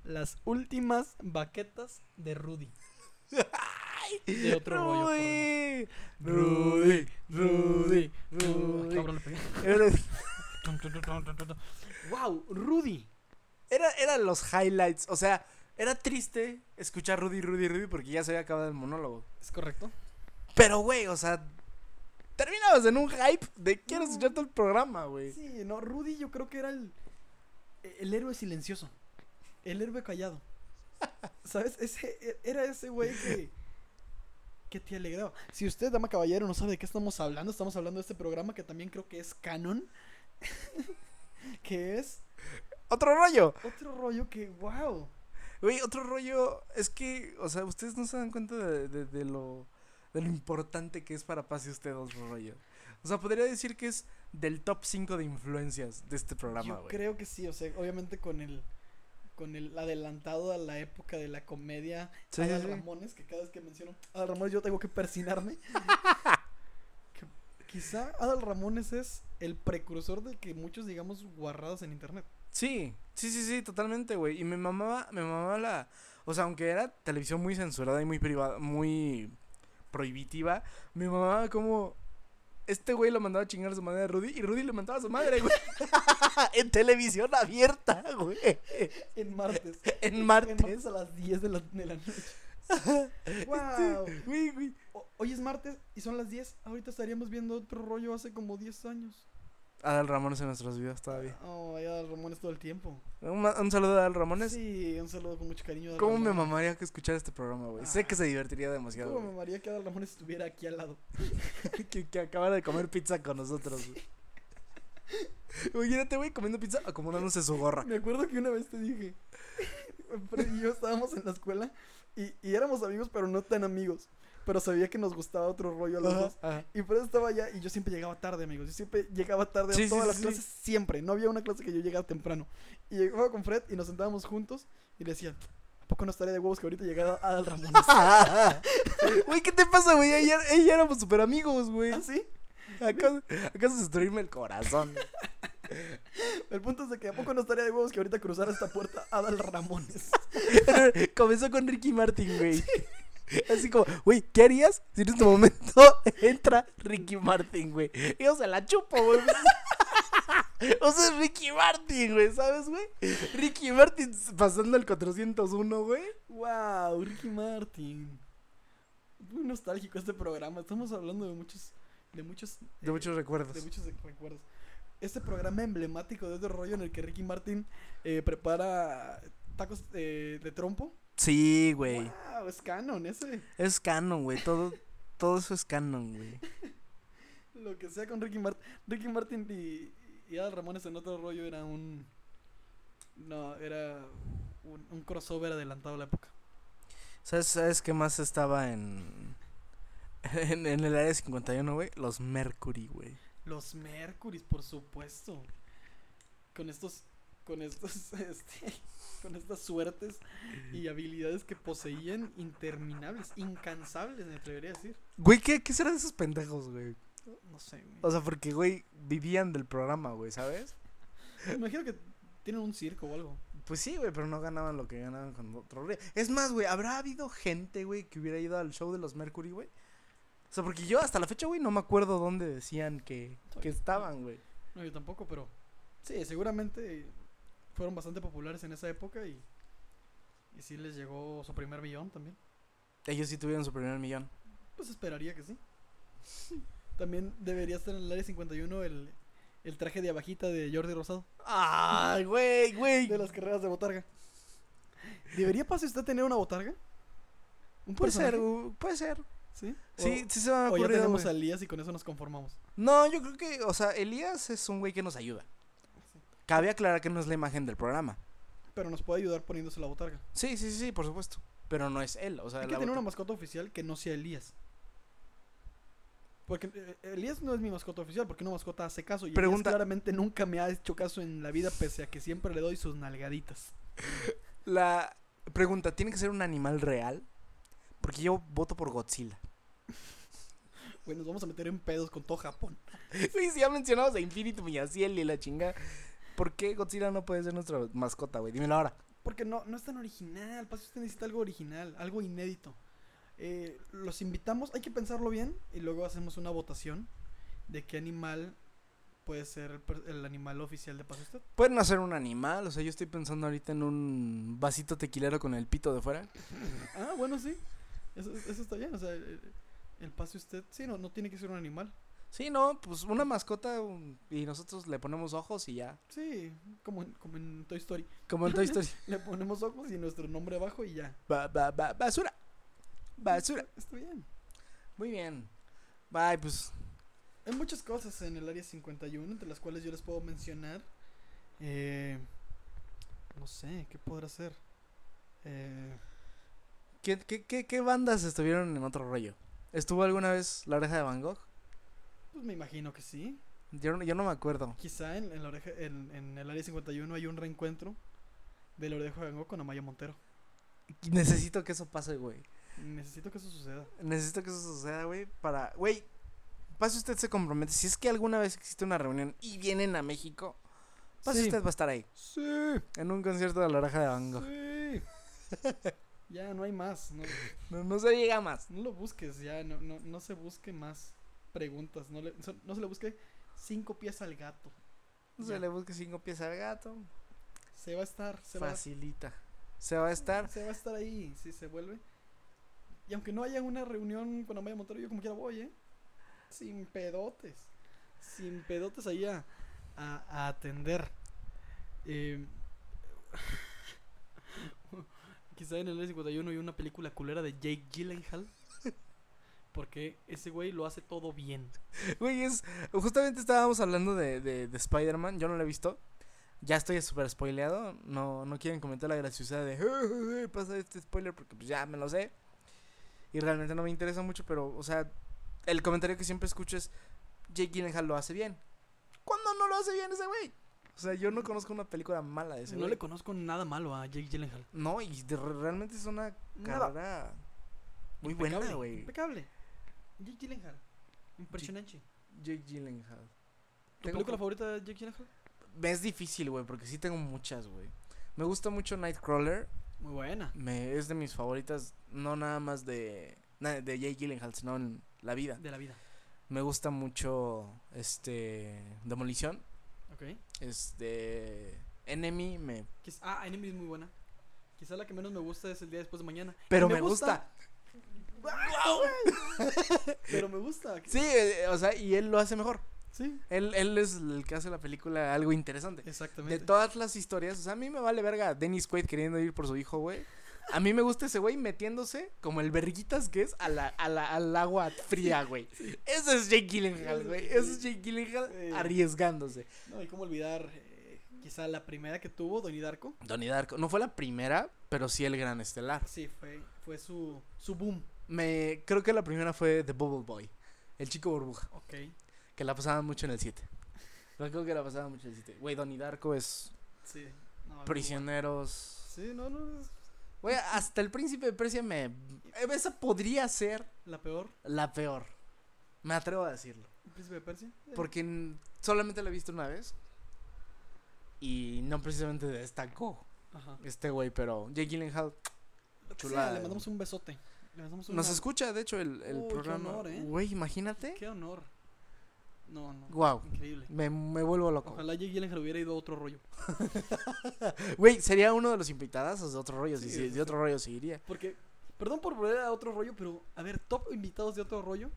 [SPEAKER 4] Las últimas baquetas de Rudy. De otro rollo. por demás.
[SPEAKER 3] Rudy, Rudy, Rudy,
[SPEAKER 4] Ay,
[SPEAKER 3] Rudy.
[SPEAKER 4] cabrón, le pegué. Tum, tum, tum, tum, tum, tum, tum. wow, Rudy.
[SPEAKER 3] Era, eran los highlights, o sea, Era triste escuchar Rudy, Rudy, Rudy porque ya se había acabado el monólogo.
[SPEAKER 4] ¿Es correcto?
[SPEAKER 3] Pero, güey, o sea, terminabas en un hype de quiero escuchar todo el programa, güey.
[SPEAKER 4] Sí, no, Rudy yo creo que era el, el héroe silencioso. El héroe callado. ¿Sabes? Ese, e- era ese güey que, que te alegraba. Si usted, dama caballero, no sabe de qué estamos hablando, estamos hablando de este programa que también creo que es canon. que es
[SPEAKER 3] Otro rollo.
[SPEAKER 4] otro rollo que, wow.
[SPEAKER 3] Güey, otro rollo es que, o sea, ustedes no se dan cuenta de, de- de lo, de lo importante que es para Paz y usted otro rollo. O sea, podría decir que es del top 5 de influencias de este programa,
[SPEAKER 4] Yo
[SPEAKER 3] güey.
[SPEAKER 4] creo que sí, o sea, obviamente con el con el adelantado a la época de la comedia
[SPEAKER 3] Sí,
[SPEAKER 4] Adal
[SPEAKER 3] sí, sí.
[SPEAKER 4] Ramones, que cada vez que menciono Adal Ramones yo tengo que persinarme. Que quizá Adal Ramones es el precursor de que muchos digamos guarradas en internet.
[SPEAKER 3] Sí, sí, sí, sí, totalmente, güey. Y me mamaba, me mamaba la. O sea, aunque era televisión muy censurada y muy privada, muy prohibitiva, me mamaba como. Este güey lo mandaba a chingar a su madre a Rudy y Rudy le mandaba a su madre, güey. en televisión abierta, güey.
[SPEAKER 4] En martes.
[SPEAKER 3] En
[SPEAKER 4] En
[SPEAKER 3] martes.
[SPEAKER 4] martes a las 10 de la, de la noche. ¡Wow!
[SPEAKER 3] Sí, Güey, güey.
[SPEAKER 4] hoy es martes y son las 10. Ahorita estaríamos viendo otro rollo hace como 10 años.
[SPEAKER 3] Adal Ramones en nuestros videos todavía.
[SPEAKER 4] Oh, hay Adal Ramones todo el tiempo.
[SPEAKER 3] Un, ma- un saludo a Adal Ramones.
[SPEAKER 4] Sí, un saludo con mucho cariño. a Adal
[SPEAKER 3] ¿Cómo me
[SPEAKER 4] Ramones.
[SPEAKER 3] mamaría que escuchar este programa, güey? Sé que se divertiría demasiado.
[SPEAKER 4] ¿Cómo me
[SPEAKER 3] güey.
[SPEAKER 4] mamaría que Adal Ramones estuviera aquí al lado?
[SPEAKER 3] que, que acabara de comer pizza con nosotros. güey. Imagínate, güey, comiendo pizza, acomodándose su gorra.
[SPEAKER 4] Me acuerdo que una vez te dije, Fred y yo estábamos en la escuela y, y éramos amigos, pero no tan amigos. Pero sabía que nos gustaba otro rollo a los dos.
[SPEAKER 3] Ajá.
[SPEAKER 4] Y Fred estaba allá y yo siempre llegaba tarde, amigos. Yo siempre llegaba tarde
[SPEAKER 3] Sí,
[SPEAKER 4] a
[SPEAKER 3] sí,
[SPEAKER 4] todas
[SPEAKER 3] sí,
[SPEAKER 4] las
[SPEAKER 3] sí.
[SPEAKER 4] clases, siempre. No había una clase que yo llegara temprano. Y llegaba con Fred y nos sentábamos juntos y le decía, ¿a poco no estaría de huevos que ahorita llegara Adal Ramones?
[SPEAKER 3] Güey, ¿qué te pasa, güey? Ayer, ayer éramos súper amigos, güey.
[SPEAKER 4] ¿Así?
[SPEAKER 3] Acabas acabas de destruirme el corazón.
[SPEAKER 4] El punto es de que ¿a poco no estaría de huevos que ahorita cruzara esta puerta Adal Ramones?
[SPEAKER 3] Comenzó con Ricky Martin, güey. Así como, güey, ¿qué harías si en este momento entra Ricky Martin, güey? Y o sea, la chupo, güey. O sea, es Ricky Martin, güey, ¿sabes, güey? Ricky Martin pasando el 401, güey.
[SPEAKER 4] Wow, Ricky Martin. Muy nostálgico este programa. Estamos hablando de muchos, de muchos, eh,
[SPEAKER 3] De muchos recuerdos.
[SPEAKER 4] de muchos recuerdos. Este programa emblemático de otro rollo en el que Ricky Martin eh, prepara tacos eh, de trompo.
[SPEAKER 3] Sí, güey.
[SPEAKER 4] Wow, es canon ese.
[SPEAKER 3] Es canon, güey. Todo, todo eso es canon, güey.
[SPEAKER 4] Lo que sea con Ricky Martin. Ricky Martin y, y Adal Ramones en otro rollo era un, no, era un, un crossover adelantado a la época.
[SPEAKER 3] ¿Sabes, ¿Sabes qué más estaba en, en, en el área 51, güey? Los Mercury, güey.
[SPEAKER 4] Los Mercurys, por supuesto. Con estos. Con estos. Este, con estas suertes y habilidades que poseían interminables, incansables, me atrevería a decir.
[SPEAKER 3] Güey, ¿qué, ¿qué será de esos pendejos, güey?
[SPEAKER 4] No sé, güey.
[SPEAKER 3] O sea, porque, güey, vivían del programa, güey, ¿sabes?
[SPEAKER 4] Me imagino que tienen un circo o algo.
[SPEAKER 3] Pues sí, güey, pero no ganaban lo que ganaban con otro rollo. Es más, güey, ¿habrá habido gente, güey, que hubiera ido al show de los Mercury, güey? O sea, porque yo hasta la fecha, güey, no me acuerdo dónde decían que, que estaban, güey.
[SPEAKER 4] No, yo tampoco, pero. Sí, seguramente fueron bastante populares en esa época y. Y sí les llegó su primer billón también.
[SPEAKER 3] Ellos sí tuvieron su primer millón.
[SPEAKER 4] Pues esperaría que sí. También debería estar en el área 51 el, el traje de abajita de Jordi Rosado.
[SPEAKER 3] ¡Ay, güey, güey!
[SPEAKER 4] de las carreras de botarga. ¿Debería pase usted tener una botarga? Un
[SPEAKER 3] Puede
[SPEAKER 4] personaje?
[SPEAKER 3] ser, güey, puede ser.
[SPEAKER 4] ¿Sí?
[SPEAKER 3] Sí,
[SPEAKER 4] O-
[SPEAKER 3] sí se me ha
[SPEAKER 4] O, ya
[SPEAKER 3] ocurrido,
[SPEAKER 4] tenemos
[SPEAKER 3] güey.
[SPEAKER 4] a Elías y con eso nos conformamos.
[SPEAKER 3] No, yo creo que, o sea, Elías es un güey que nos ayuda. Cabe aclarar que no es la imagen del programa.
[SPEAKER 4] Pero nos puede ayudar poniéndose la botarga.
[SPEAKER 3] Sí, sí, sí, por supuesto. Pero no es él, o sea,
[SPEAKER 4] Hay que
[SPEAKER 3] la
[SPEAKER 4] tener
[SPEAKER 3] bota-
[SPEAKER 4] una mascota oficial que no sea Elías. Porque eh, Elías no es mi mascota oficial, porque una mascota hace caso. Y Elías
[SPEAKER 3] Pregunta-
[SPEAKER 4] claramente nunca me ha hecho caso en la vida, pese a que siempre le doy sus nalgaditas.
[SPEAKER 3] La pregunta, ¿tiene que ser un animal real? Porque yo voto por Godzilla.
[SPEAKER 4] Güey, nos vamos a meter en pedos con todo Japón.
[SPEAKER 3] Güey, si ya mencionamos a Infinitum y a Ciel y la chinga. ¿Por qué Godzilla no puede ser nuestra mascota, güey? Dímelo ahora.
[SPEAKER 4] Porque no, no es tan original. Pase usted necesita algo original, algo inédito. Eh, los invitamos, hay que pensarlo bien y luego hacemos una votación de qué animal puede ser el per- el animal oficial de Paz Usted.
[SPEAKER 3] Pueden hacer un animal, o sea, yo estoy pensando ahorita en un vasito tequilero con el pito de fuera.
[SPEAKER 4] Ah, bueno, sí. Eso, eso está bien. O sea, el, el pase usted. Sí, no, no tiene que ser un animal.
[SPEAKER 3] Sí, no, pues una mascota un- y nosotros le ponemos ojos y ya.
[SPEAKER 4] Sí, como en, como en Toy Story.
[SPEAKER 3] Como en Toy Story.
[SPEAKER 4] Le ponemos ojos y nuestro nombre abajo y ya.
[SPEAKER 3] Ba- ba- ba- basura. Basura.
[SPEAKER 4] Está bien.
[SPEAKER 3] Muy bien. Bye, pues.
[SPEAKER 4] Hay muchas cosas en el área 51, entre las cuales yo les puedo mencionar. Eh, no sé, ¿qué podrá ser? Eh,
[SPEAKER 3] ¿Qué, qué, qué, qué bandas estuvieron en otro rollo? ¿Estuvo alguna vez La Oreja de Van Gogh?
[SPEAKER 4] pues me imagino que sí.
[SPEAKER 3] Yo, no- yo no me acuerdo.
[SPEAKER 4] Quizá en, en la oreja, en, en el área 51 hay un reencuentro de la oreja de Van Gogh con Amaya Montero.
[SPEAKER 3] Necesito que eso pase, güey.
[SPEAKER 4] Necesito que eso suceda.
[SPEAKER 3] Necesito que eso suceda, güey, para... Güey, pase usted se compromete. Si es que alguna vez existe una reunión y vienen a México, pase
[SPEAKER 4] Sí.
[SPEAKER 3] usted va a estar ahí.
[SPEAKER 4] Sí.
[SPEAKER 3] En un concierto de La Oreja de Van Gogh.
[SPEAKER 4] Sí. ya no hay más. No,
[SPEAKER 3] No, no se llega más.
[SPEAKER 4] no lo busques, ya no, no, no se busque más preguntas. No, le, so- no se le busque cinco pies al gato.
[SPEAKER 3] No
[SPEAKER 4] Ya.
[SPEAKER 3] se le busque cinco pies al gato.
[SPEAKER 4] Se va a estar, se va,
[SPEAKER 3] Facilita. Se va a estar...
[SPEAKER 4] se va a estar ahí si se vuelve. Y aunque no haya una reunión con Amaya Montero, yo como quiera voy, ¿eh? Sin pedotes. Sin pedotes ahí a, a- a atender. Eh, quizá en el N51 hay una película culera de Jake Gyllenhaal. Porque ese güey lo hace todo bien.
[SPEAKER 3] Güey, es... Justamente estábamos hablando de, de, de Spider-Man. Yo no lo he visto. Ya estoy súper spoileado. No, no quieren comentar la graciosidad de... "Eh, eh, eh, pasa este spoiler porque pues ya me lo sé. Y realmente no me interesa mucho, pero, o sea... El comentario que siempre escucho es... Jake Gyllenhaal lo hace bien. ¿Cuándo no lo hace bien ese güey? O sea, yo no conozco una película mala de ese
[SPEAKER 4] No
[SPEAKER 3] güey.
[SPEAKER 4] le conozco nada malo a Jake Gyllenhaal.
[SPEAKER 3] No, y de- realmente es una
[SPEAKER 4] Nada.
[SPEAKER 3] carrera muy
[SPEAKER 4] Impecable,
[SPEAKER 3] buena, güey.
[SPEAKER 4] Impecable. Jake Gyllenhaal. Impresionante.
[SPEAKER 3] Jake Gyllenhaal.
[SPEAKER 4] ¿Tu película favorita de Jake Gyllenhaal?
[SPEAKER 3] Me es difícil, güey, porque sí tengo muchas, güey. Me gusta mucho Nightcrawler.
[SPEAKER 4] Muy buena.
[SPEAKER 3] Me, es de mis favoritas, no nada más de, na- de Jake Gyllenhaal, sino en la vida.
[SPEAKER 4] De la vida.
[SPEAKER 3] Me gusta mucho, este, Demolición.
[SPEAKER 4] Ok.
[SPEAKER 3] Este, Enemy, me...
[SPEAKER 4] Quiz- ah, Enemy es muy buena. Quizá la que menos me gusta es el día después de mañana.
[SPEAKER 3] Pero
[SPEAKER 4] Y
[SPEAKER 3] me, gusta.
[SPEAKER 4] Pero me gusta.
[SPEAKER 3] Sí, eh, o sea, y él lo hace mejor.
[SPEAKER 4] Sí,
[SPEAKER 3] Él, él es el que hace la película algo interesante. De
[SPEAKER 4] exactamente.
[SPEAKER 3] todas las historias, o sea, a mí me vale verga Dennis Quaid queriendo ir por su hijo, güey. A mí me gusta ese güey metiéndose como el verguitas que es a la, a la- al agua fría, güey. Ese es Jake Gyllenhaal, güey. Ese es Jake
[SPEAKER 4] Sí.
[SPEAKER 3] Gyllenhaal arriesgándose.
[SPEAKER 4] No, y cómo olvidar eh, quizá la primera que tuvo, Donnie Darko.
[SPEAKER 3] Donnie Darko no fue la primera, pero sí el gran estelar.
[SPEAKER 4] Sí, fue, fue su, su boom.
[SPEAKER 3] Me creo que la primera fue The Bubble Boy, el chico burbuja,
[SPEAKER 4] Ok.
[SPEAKER 3] que la pasaban mucho en el 7. Yo creo que la pasaban mucho en el 7. Güey, Donnie Darko es
[SPEAKER 4] Sí. No, muy
[SPEAKER 3] prisioneros.
[SPEAKER 4] buena. Sí, no, no. es
[SPEAKER 3] Güey, hasta el príncipe de Persia me esa podría ser
[SPEAKER 4] la peor.
[SPEAKER 3] La peor. Me atrevo a decirlo.
[SPEAKER 4] El príncipe de Persia. Eh,
[SPEAKER 3] Porque n- solamente la he visto una vez. Y no precisamente destacó
[SPEAKER 4] Ajá.
[SPEAKER 3] este güey, pero Jake Gyllenhaal
[SPEAKER 4] Lo que
[SPEAKER 3] chulada.
[SPEAKER 4] sea, le mandamos un besote. Le mandamos
[SPEAKER 3] nos
[SPEAKER 4] una-
[SPEAKER 3] escucha, de hecho, el, el
[SPEAKER 4] Uy, qué
[SPEAKER 3] programa.
[SPEAKER 4] honor, ¿eh?
[SPEAKER 3] Güey, imagínate.
[SPEAKER 4] Qué honor. No, no.
[SPEAKER 3] Guau.
[SPEAKER 4] Increíble.
[SPEAKER 3] Me, me vuelvo loco.
[SPEAKER 4] Ojalá Jake Gyllenhaal hubiera ido a otro rollo.
[SPEAKER 3] Güey, sería uno de los invitadazos de otro rollo. si-
[SPEAKER 4] Sí,
[SPEAKER 3] si-
[SPEAKER 4] sí,
[SPEAKER 3] de otro rollo seguiría.
[SPEAKER 4] Porque, perdón por volver a otro rollo, pero a ver, top invitados de otro rollo.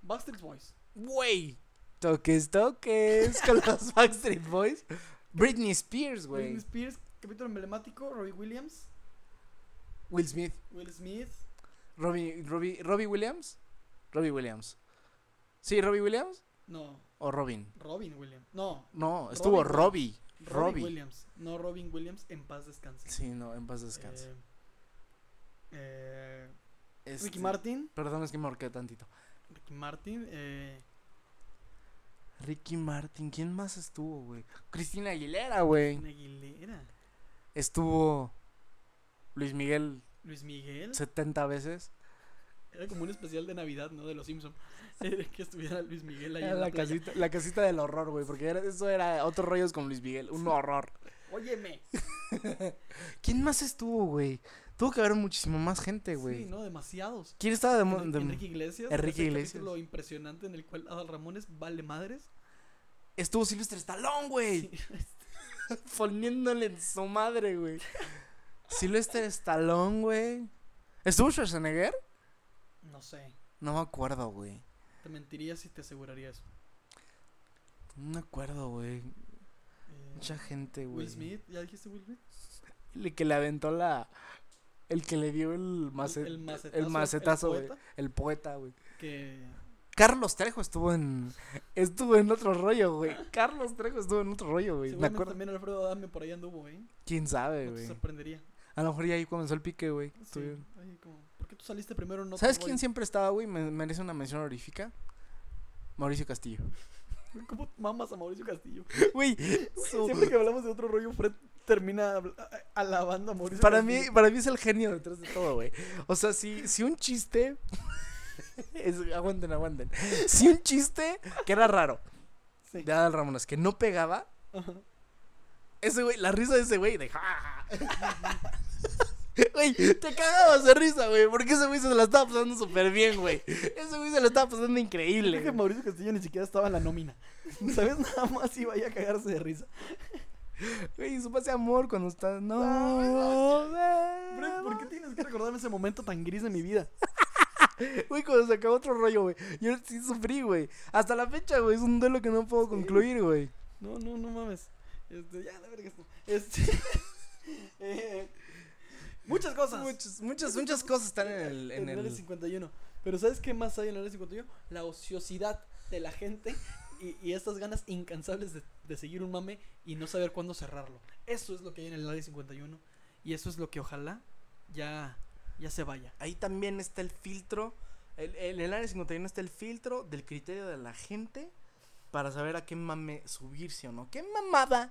[SPEAKER 4] Backstreet Boys.
[SPEAKER 3] Güey. Toques, toques. con los Backstreet Boys. Britney Spears,
[SPEAKER 4] Britney
[SPEAKER 3] güey.
[SPEAKER 4] Spears, capítulo emblemático, Robbie Williams,
[SPEAKER 3] Will Smith.
[SPEAKER 4] Will Smith,
[SPEAKER 3] Robbie, Robbie, Robbie Williams. Robbie Williams. Sí, Robbie Williams.
[SPEAKER 4] no,
[SPEAKER 3] ¿O Robin?
[SPEAKER 4] Robin Williams, no,
[SPEAKER 3] No, estuvo
[SPEAKER 4] Robin.
[SPEAKER 3] Robbie.
[SPEAKER 4] Robin
[SPEAKER 3] Robbie.
[SPEAKER 4] Williams, no Robin Williams, en paz descanse.
[SPEAKER 3] Sí, no, en paz descanse.
[SPEAKER 4] Eh, eh,
[SPEAKER 3] Este,
[SPEAKER 4] Ricky Martin,
[SPEAKER 3] Perdón, es que me ahorqué tantito.
[SPEAKER 4] Ricky Martin, eh,
[SPEAKER 3] Ricky Martin, ¿quién más estuvo, güey? Cristina Aguilera, güey.
[SPEAKER 4] Cristina Aguilera,
[SPEAKER 3] Estuvo Luis Miguel
[SPEAKER 4] Luis Miguel.
[SPEAKER 3] 70 veces.
[SPEAKER 4] Era como un especial de Navidad, ¿no? De los Simpsons. que estuviera Luis Miguel ahí
[SPEAKER 3] Era
[SPEAKER 4] en la,
[SPEAKER 3] la,
[SPEAKER 4] playa.
[SPEAKER 3] casita, la casita del horror, güey, porque era- eso era otro rollos con Luis Miguel, un horror.
[SPEAKER 4] Óyeme.
[SPEAKER 3] ¿Quién más estuvo, güey? Tuvo que haber muchísima más gente, güey.
[SPEAKER 4] Sí, no, demasiados.
[SPEAKER 3] ¿Quién estaba de, mo-
[SPEAKER 4] Enri-
[SPEAKER 3] de-
[SPEAKER 4] Enrique Iglesias.
[SPEAKER 3] Enrique
[SPEAKER 4] ese
[SPEAKER 3] Iglesias.
[SPEAKER 4] capítulo impresionante en el cual Adal Ramones vale madres.
[SPEAKER 3] Estuvo Sylvester Stallone, güey. Poniéndole en su madre, güey. Sylvester Stallone, güey. ¿Estuvo Schwarzenegger?
[SPEAKER 5] No sé.
[SPEAKER 3] No me acuerdo, güey.
[SPEAKER 5] Te mentiría si te aseguraría eso.
[SPEAKER 3] No me acuerdo, güey.
[SPEAKER 5] Eh,
[SPEAKER 3] Mucha gente, güey.
[SPEAKER 5] Will Smith, ¿ya dijiste Will Smith?
[SPEAKER 3] El que le aventó la. El que le dio el, macet-
[SPEAKER 5] el macetazo,
[SPEAKER 3] el
[SPEAKER 5] el
[SPEAKER 3] macetazo, güey.
[SPEAKER 5] poeta.
[SPEAKER 3] El poeta, güey.
[SPEAKER 5] Que
[SPEAKER 3] Carlos Trejo estuvo en. Estuvo en otro rollo, güey. Carlos Trejo estuvo en otro rollo, güey. Me
[SPEAKER 5] seguramente
[SPEAKER 3] acuerdo.
[SPEAKER 5] también Alfredo Adame por ahí anduvo, ¿eh?
[SPEAKER 3] ¿Quién sabe,
[SPEAKER 5] No te
[SPEAKER 3] güey?
[SPEAKER 5] sorprendería.
[SPEAKER 3] A lo mejor ya ahí comenzó el pique, güey. que
[SPEAKER 5] Sí,
[SPEAKER 3] tuvieron.
[SPEAKER 5] ahí como, ¿Por qué tú saliste primero? No te
[SPEAKER 3] ¿Sabes
[SPEAKER 5] voy"?
[SPEAKER 3] quién siempre estaba, güey? Me merece una mención honorífica. Mauricio Castillo.
[SPEAKER 5] ¿Cómo mamas a Mauricio Castillo?
[SPEAKER 3] Güey, su-
[SPEAKER 4] Siempre que hablamos de otro rollo, Fred termina habla- a- alabando a Mauricio.
[SPEAKER 3] para, mí,
[SPEAKER 4] Castillo.
[SPEAKER 3] para mí es el genio detrás de todo, güey. O sea, si, si un chiste. es- aguanten, aguanten. Si un chiste que era raro
[SPEAKER 4] Sí.
[SPEAKER 3] de Adal Ramones que no pegaba,
[SPEAKER 4] Ajá.
[SPEAKER 3] Ese güey, la risa de ese güey de ja, ja, ja. Güey, te cagabas de risa, güey, porque ese güey se la estaba pasando súper bien, güey. Ese güey se la estaba pasando increíble.
[SPEAKER 4] Creo que
[SPEAKER 3] güey.
[SPEAKER 4] Mauricio Castillo ni siquiera estaba en la nómina. ¿Sabes? Nada más iba ahí a cagarse de risa.
[SPEAKER 3] Güey, su pase amor cuando está. No,
[SPEAKER 4] Fred, ¿por qué
[SPEAKER 3] güey.
[SPEAKER 4] tienes que recordarme ese momento tan gris de mi vida?
[SPEAKER 3] Güey, cuando se acabó otro rollo, güey. Yo sí sufrí, güey. Hasta la fecha, güey, es un duelo que no puedo concluir, güey.
[SPEAKER 4] No, no, no mames. Este, ya, la verga esto. Este. eh, muchas cosas.
[SPEAKER 3] Muchas, muchas, muchas cosas están en el. En
[SPEAKER 4] área
[SPEAKER 3] el...
[SPEAKER 4] 51. Pero ¿sabes qué más hay en el área 51? La ociosidad de la gente y, y estas ganas incansables de, de seguir un mame y no saber cuándo cerrarlo. Eso es lo que hay en el área 51 y eso es lo que ojalá ya, ya se vaya.
[SPEAKER 3] Ahí también está el filtro. el- el- En el área 51 está el filtro del criterio de la gente para saber a qué mame subirse o no. ¿Qué mamada?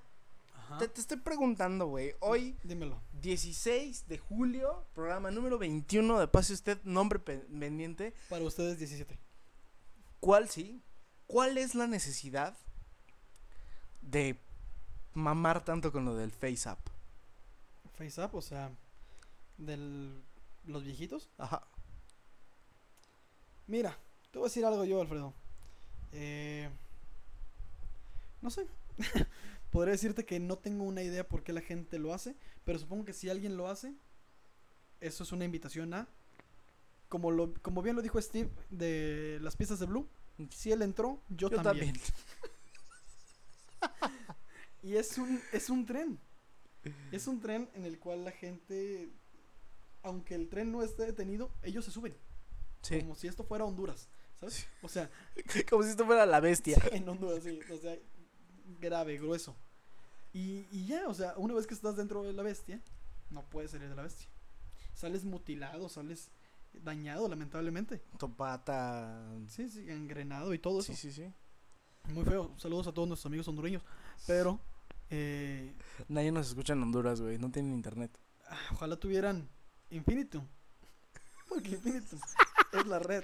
[SPEAKER 4] Ajá.
[SPEAKER 3] Te, te estoy preguntando, güey. Hoy,
[SPEAKER 4] Dímelo.
[SPEAKER 3] 16 de julio, programa número 21 de Pase Usted, nombre pe- pendiente.
[SPEAKER 4] Para ustedes 17.
[SPEAKER 3] ¿Cuál sí? ¿Cuál es la necesidad de mamar tanto con lo del face up?
[SPEAKER 4] Face up, o sea, del los viejitos.
[SPEAKER 3] Ajá.
[SPEAKER 4] Mira, te voy a decir algo yo, Alfredo. Eh, no sé. Podría decirte que no tengo una idea por qué la gente lo hace, pero supongo que si alguien lo hace, eso es una invitación a... Como, lo, como bien lo dijo Steve de las pistas de Blue, si él entró, yo,
[SPEAKER 3] Yo
[SPEAKER 4] también.
[SPEAKER 3] también.
[SPEAKER 4] Y es un, es un tren. Es un tren en el cual la gente, aunque el tren no esté detenido, ellos se suben.
[SPEAKER 3] Sí.
[SPEAKER 4] Como si esto fuera Honduras, ¿sabes? O sea,
[SPEAKER 3] Como si esto fuera la bestia.
[SPEAKER 4] En Honduras, sí. O sea, grave, grueso. Y, y ya, o sea, una vez que estás dentro de la bestia, no puedes salir de la bestia. Sales mutilado, sales dañado, lamentablemente.
[SPEAKER 3] Topata.
[SPEAKER 4] Sí, sí, engrenado y todo eso.
[SPEAKER 3] Sí, sí, sí.
[SPEAKER 4] Muy feo. Saludos a todos nuestros amigos hondureños. Pero, eh,
[SPEAKER 3] Nadie nos escucha en Honduras, güey. No tienen internet.
[SPEAKER 4] ah, ojalá tuvieran Infinitum. Porque Infinitum es la red.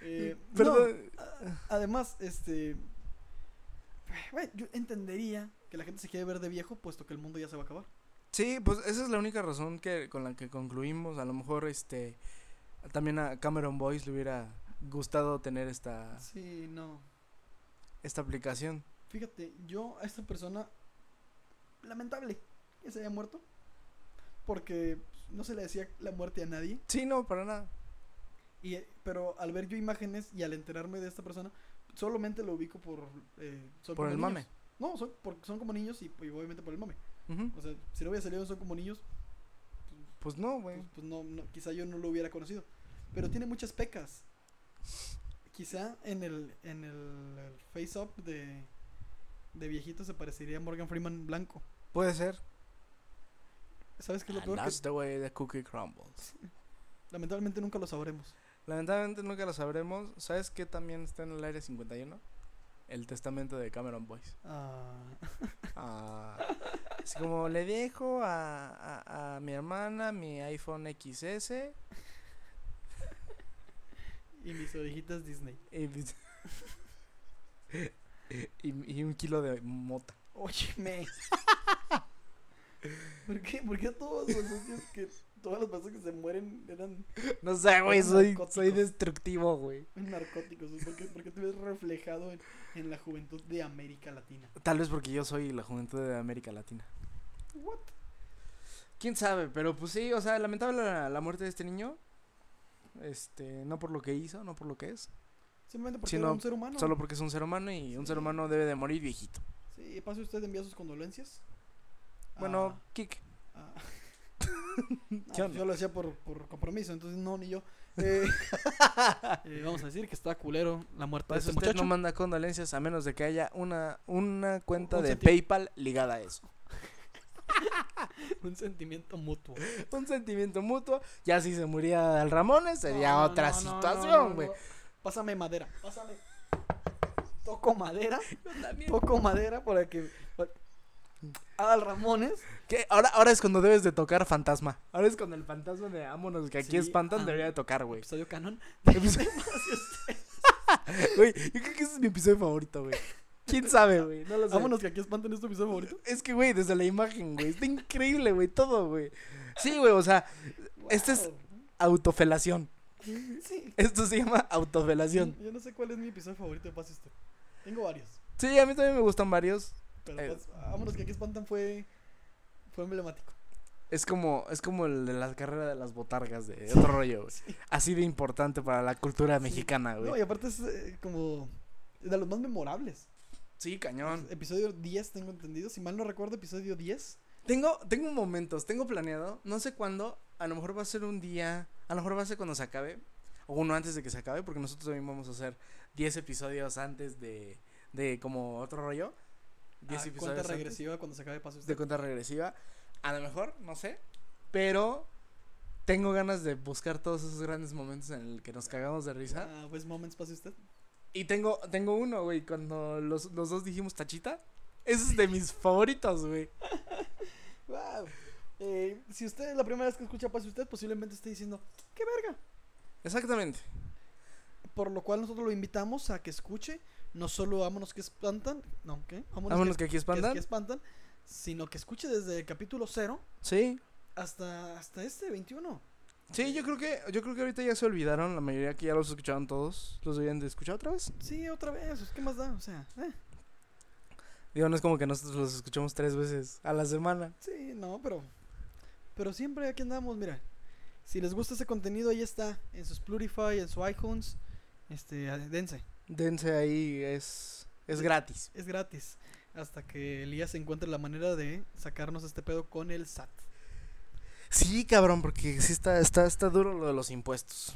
[SPEAKER 4] Eh, no,
[SPEAKER 3] Perdón.
[SPEAKER 4] A- Además, este. güey, yo entendería que la gente se quiere ver de viejo, puesto que el mundo ya se va a acabar.
[SPEAKER 3] Sí, pues esa es la única razón que con la que concluimos. A lo mejor, este, también a Cameron Boyce le hubiera gustado tener esta,
[SPEAKER 4] Sí, no.
[SPEAKER 3] esta aplicación.
[SPEAKER 4] Fíjate, yo a esta persona. Lamentable que se haya muerto. Porque pues, no se le decía la muerte a nadie.
[SPEAKER 3] Sí, no, para nada.
[SPEAKER 4] Y, eh, pero al ver yo imágenes y al enterarme de esta persona, solamente lo ubico por. eh, son
[SPEAKER 3] Por
[SPEAKER 4] como
[SPEAKER 3] el
[SPEAKER 4] niños.
[SPEAKER 3] mame.
[SPEAKER 4] No, son, porque son como niños y, y obviamente por el mame.
[SPEAKER 3] Ujú.
[SPEAKER 4] O sea, si no hubiera salido en son como niños,
[SPEAKER 3] Pues no,
[SPEAKER 4] pues,
[SPEAKER 3] güey.
[SPEAKER 4] pues no, no, quizá yo no lo hubiera conocido. Pero tiene muchas pecas. Quizá en el, en el, el face up de, de viejito se parecería a Morgan Freeman blanco.
[SPEAKER 3] Puede ser.
[SPEAKER 4] ¿Sabes qué es lo
[SPEAKER 3] And
[SPEAKER 4] peor? Que
[SPEAKER 3] that's the way the cookie crumbles.
[SPEAKER 4] lamentablemente nunca lo sabremos.
[SPEAKER 3] Lamentablemente nunca lo sabremos. ¿Sabes qué también está en el área 51? El testamento de Cameron Boyce.
[SPEAKER 4] Ah,
[SPEAKER 3] Ah, así como le dejo a, a- a mi hermana mi iPhone XS.
[SPEAKER 4] y mis orejitas Disney.
[SPEAKER 3] Y, mis- y- y un kilo de mota.
[SPEAKER 4] Óyeme. ¿Por qué? ¿Por qué a todos los asocias que Todas las personas que se mueren eran
[SPEAKER 3] No sé, güey,
[SPEAKER 4] Eres
[SPEAKER 3] soy,
[SPEAKER 4] narcótico.
[SPEAKER 3] soy destructivo, güey.
[SPEAKER 4] narcóticos. ¿Por qué, por qué te ves reflejado en, en la juventud de América Latina?
[SPEAKER 3] Tal vez porque yo soy la juventud de América Latina.
[SPEAKER 4] What?
[SPEAKER 3] ¿Quién sabe? Pero pues sí, o sea, lamentable la, la muerte de este niño. Este, no por lo que hizo, no por lo que es.
[SPEAKER 4] Simplemente porque
[SPEAKER 3] Sí,
[SPEAKER 4] era
[SPEAKER 3] no,
[SPEAKER 4] un ser humano.
[SPEAKER 3] Solo porque es un ser humano y un ser
[SPEAKER 4] Sí.
[SPEAKER 3] humano debe de morir viejito.
[SPEAKER 4] Sí, pase usted envía sus condolencias.
[SPEAKER 3] Bueno, Kik.
[SPEAKER 4] Ah, ah. No, pues
[SPEAKER 3] onda?
[SPEAKER 4] yo lo hacía por, por compromiso, entonces no, ni yo. Eh,
[SPEAKER 5] Eh, vamos a decir que está culero la muerte
[SPEAKER 3] Por
[SPEAKER 5] de
[SPEAKER 3] eso
[SPEAKER 5] ese
[SPEAKER 3] Pues usted
[SPEAKER 5] muchacho.
[SPEAKER 3] no manda condolencias a menos de que haya una, una cuenta
[SPEAKER 4] Un
[SPEAKER 3] de
[SPEAKER 4] senti-
[SPEAKER 3] PayPal ligada a eso.
[SPEAKER 5] Un sentimiento mutuo.
[SPEAKER 3] Un sentimiento mutuo. Ya si se muriera Dal Ramones sería otra situación, güey.
[SPEAKER 4] Pásame madera, pásame. Toco madera, toco madera para que. para- Adal Ramones.
[SPEAKER 3] ¿Qué? Ahora, ahora es cuando debes de tocar fantasma. Ahora es cuando el fantasma de Ámonos, que aquí
[SPEAKER 5] Sí,
[SPEAKER 3] espantan,
[SPEAKER 5] ah.
[SPEAKER 3] debería de tocar, güey.
[SPEAKER 5] Episodio canon.
[SPEAKER 3] Güey, yo creo que ese es mi episodio favorito, güey. ¿Quién sabe, güey? No lo sé.
[SPEAKER 4] Vámonos que aquí espantan esto mi favorito.
[SPEAKER 3] Es que, güey, desde la imagen, güey. Está increíble, güey, todo, güey. Sí, güey, o sea, Este es- autofelación.
[SPEAKER 4] Sí.
[SPEAKER 3] Esto se llama autofelación.
[SPEAKER 4] Yo no sé cuál es mi episodio favorito de Pase usted. Tengo varios.
[SPEAKER 3] Sí, a mí también me gustan varios.
[SPEAKER 4] Pero
[SPEAKER 3] Eh.
[SPEAKER 4] pues, vámonos que aquí espantan fue. Fue emblemático.
[SPEAKER 3] Es como, es como el de la carrera de las botargas de otro rollo, güey. Así de importante para la cultura mexicana,
[SPEAKER 4] No,
[SPEAKER 3] güey.
[SPEAKER 4] y aparte es eh, como. De los más memorables.
[SPEAKER 3] Sí, cañón.
[SPEAKER 4] Episodio 10, tengo entendido. Si mal no recuerdo, episodio 10.
[SPEAKER 3] Tengo, tengo momentos, tengo planeado, no sé cuándo, a lo mejor va a ser un día, a lo mejor va a ser cuando se acabe, o uno antes de que se acabe, porque nosotros también vamos a hacer 10 episodios antes de, de como otro rollo. 10
[SPEAKER 4] Ah,
[SPEAKER 3] episodios
[SPEAKER 4] cuenta
[SPEAKER 3] antes
[SPEAKER 4] regresiva cuando se acabe Pase usted.
[SPEAKER 3] de cuenta regresiva, a lo mejor, no sé, pero tengo ganas de buscar todos esos grandes momentos en el que nos cagamos de risa.
[SPEAKER 4] Ah, pues Moments Pase usted.
[SPEAKER 3] Y tengo, tengo uno, güey, cuando los, los dos dijimos tachita. Ese es de mis favoritos, güey.
[SPEAKER 4] Wow. Eh, si usted es la primera vez que escucha Pase Usted, posiblemente esté diciendo, ¡qué verga!
[SPEAKER 3] Exactamente.
[SPEAKER 4] Por lo cual nosotros lo invitamos a que escuche, no solo Vámonos que espantan, no, ¿qué? Vámonos,
[SPEAKER 3] Vámonos que
[SPEAKER 4] que,
[SPEAKER 3] aquí
[SPEAKER 4] que-
[SPEAKER 3] espantan.
[SPEAKER 4] que espantan, sino que escuche desde el capítulo 0
[SPEAKER 3] Sí.
[SPEAKER 4] hasta, hasta este 21.
[SPEAKER 3] Sí, yo creo que yo creo que ahorita ya se olvidaron la mayoría que ya los escucharon todos. Los debían de escuchar otra vez.
[SPEAKER 4] Sí, otra vez, pues, ¿qué más da? O sea, eh,
[SPEAKER 3] Digo, no es como que nosotros los escuchamos tres veces a la semana.
[SPEAKER 4] sí, no, pero, pero siempre aquí andamos, mira. Si les gusta ese contenido, ahí está, en sus Plurify, en su iTunes, este, a- dense.
[SPEAKER 3] Dense ahí, es es gratis.
[SPEAKER 4] Es gratis. Hasta que Elías encuentre la manera de sacarnos este pedo con el SAT.
[SPEAKER 3] Sí, cabrón, porque sí está está está duro lo de los impuestos.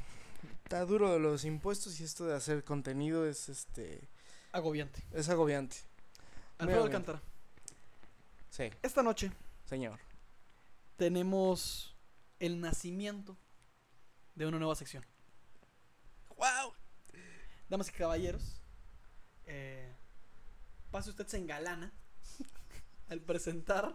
[SPEAKER 3] Está duro de los impuestos y esto de hacer contenido es este
[SPEAKER 4] Agobiante.
[SPEAKER 3] es agobiante. Muy
[SPEAKER 4] Alfredo
[SPEAKER 3] agobiante.
[SPEAKER 4] Alcántara.
[SPEAKER 3] Sí,
[SPEAKER 4] Esta noche
[SPEAKER 3] señor.
[SPEAKER 4] tenemos el nacimiento de una nueva sección.
[SPEAKER 3] Wow.
[SPEAKER 4] Damas y caballeros, eh, pase usted se engalana al presentar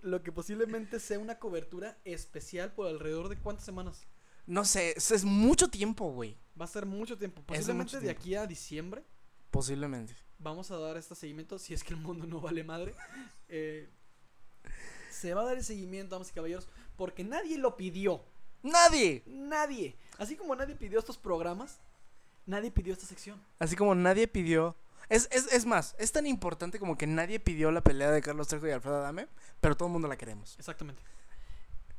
[SPEAKER 4] lo que posiblemente sea una cobertura especial por alrededor de cuántas semanas.
[SPEAKER 3] No sé, es, es mucho tiempo, güey.
[SPEAKER 4] Va a ser mucho tiempo.
[SPEAKER 3] Es
[SPEAKER 4] Posiblemente
[SPEAKER 3] mucho
[SPEAKER 4] de
[SPEAKER 3] tiempo.
[SPEAKER 4] aquí a diciembre
[SPEAKER 3] Posiblemente.
[SPEAKER 4] vamos a dar este seguimiento, si es que el mundo no vale madre. Eh, se va a dar el seguimiento, damas y caballeros, porque nadie lo pidió.
[SPEAKER 3] Nadie.
[SPEAKER 4] Nadie. Así como nadie pidió estos programas, nadie pidió esta sección.
[SPEAKER 3] Así como nadie pidió. Es, es, es más, es tan importante como que nadie pidió la pelea de Carlos Trejo y Alfredo Adame, pero todo el mundo la queremos.
[SPEAKER 4] Exactamente.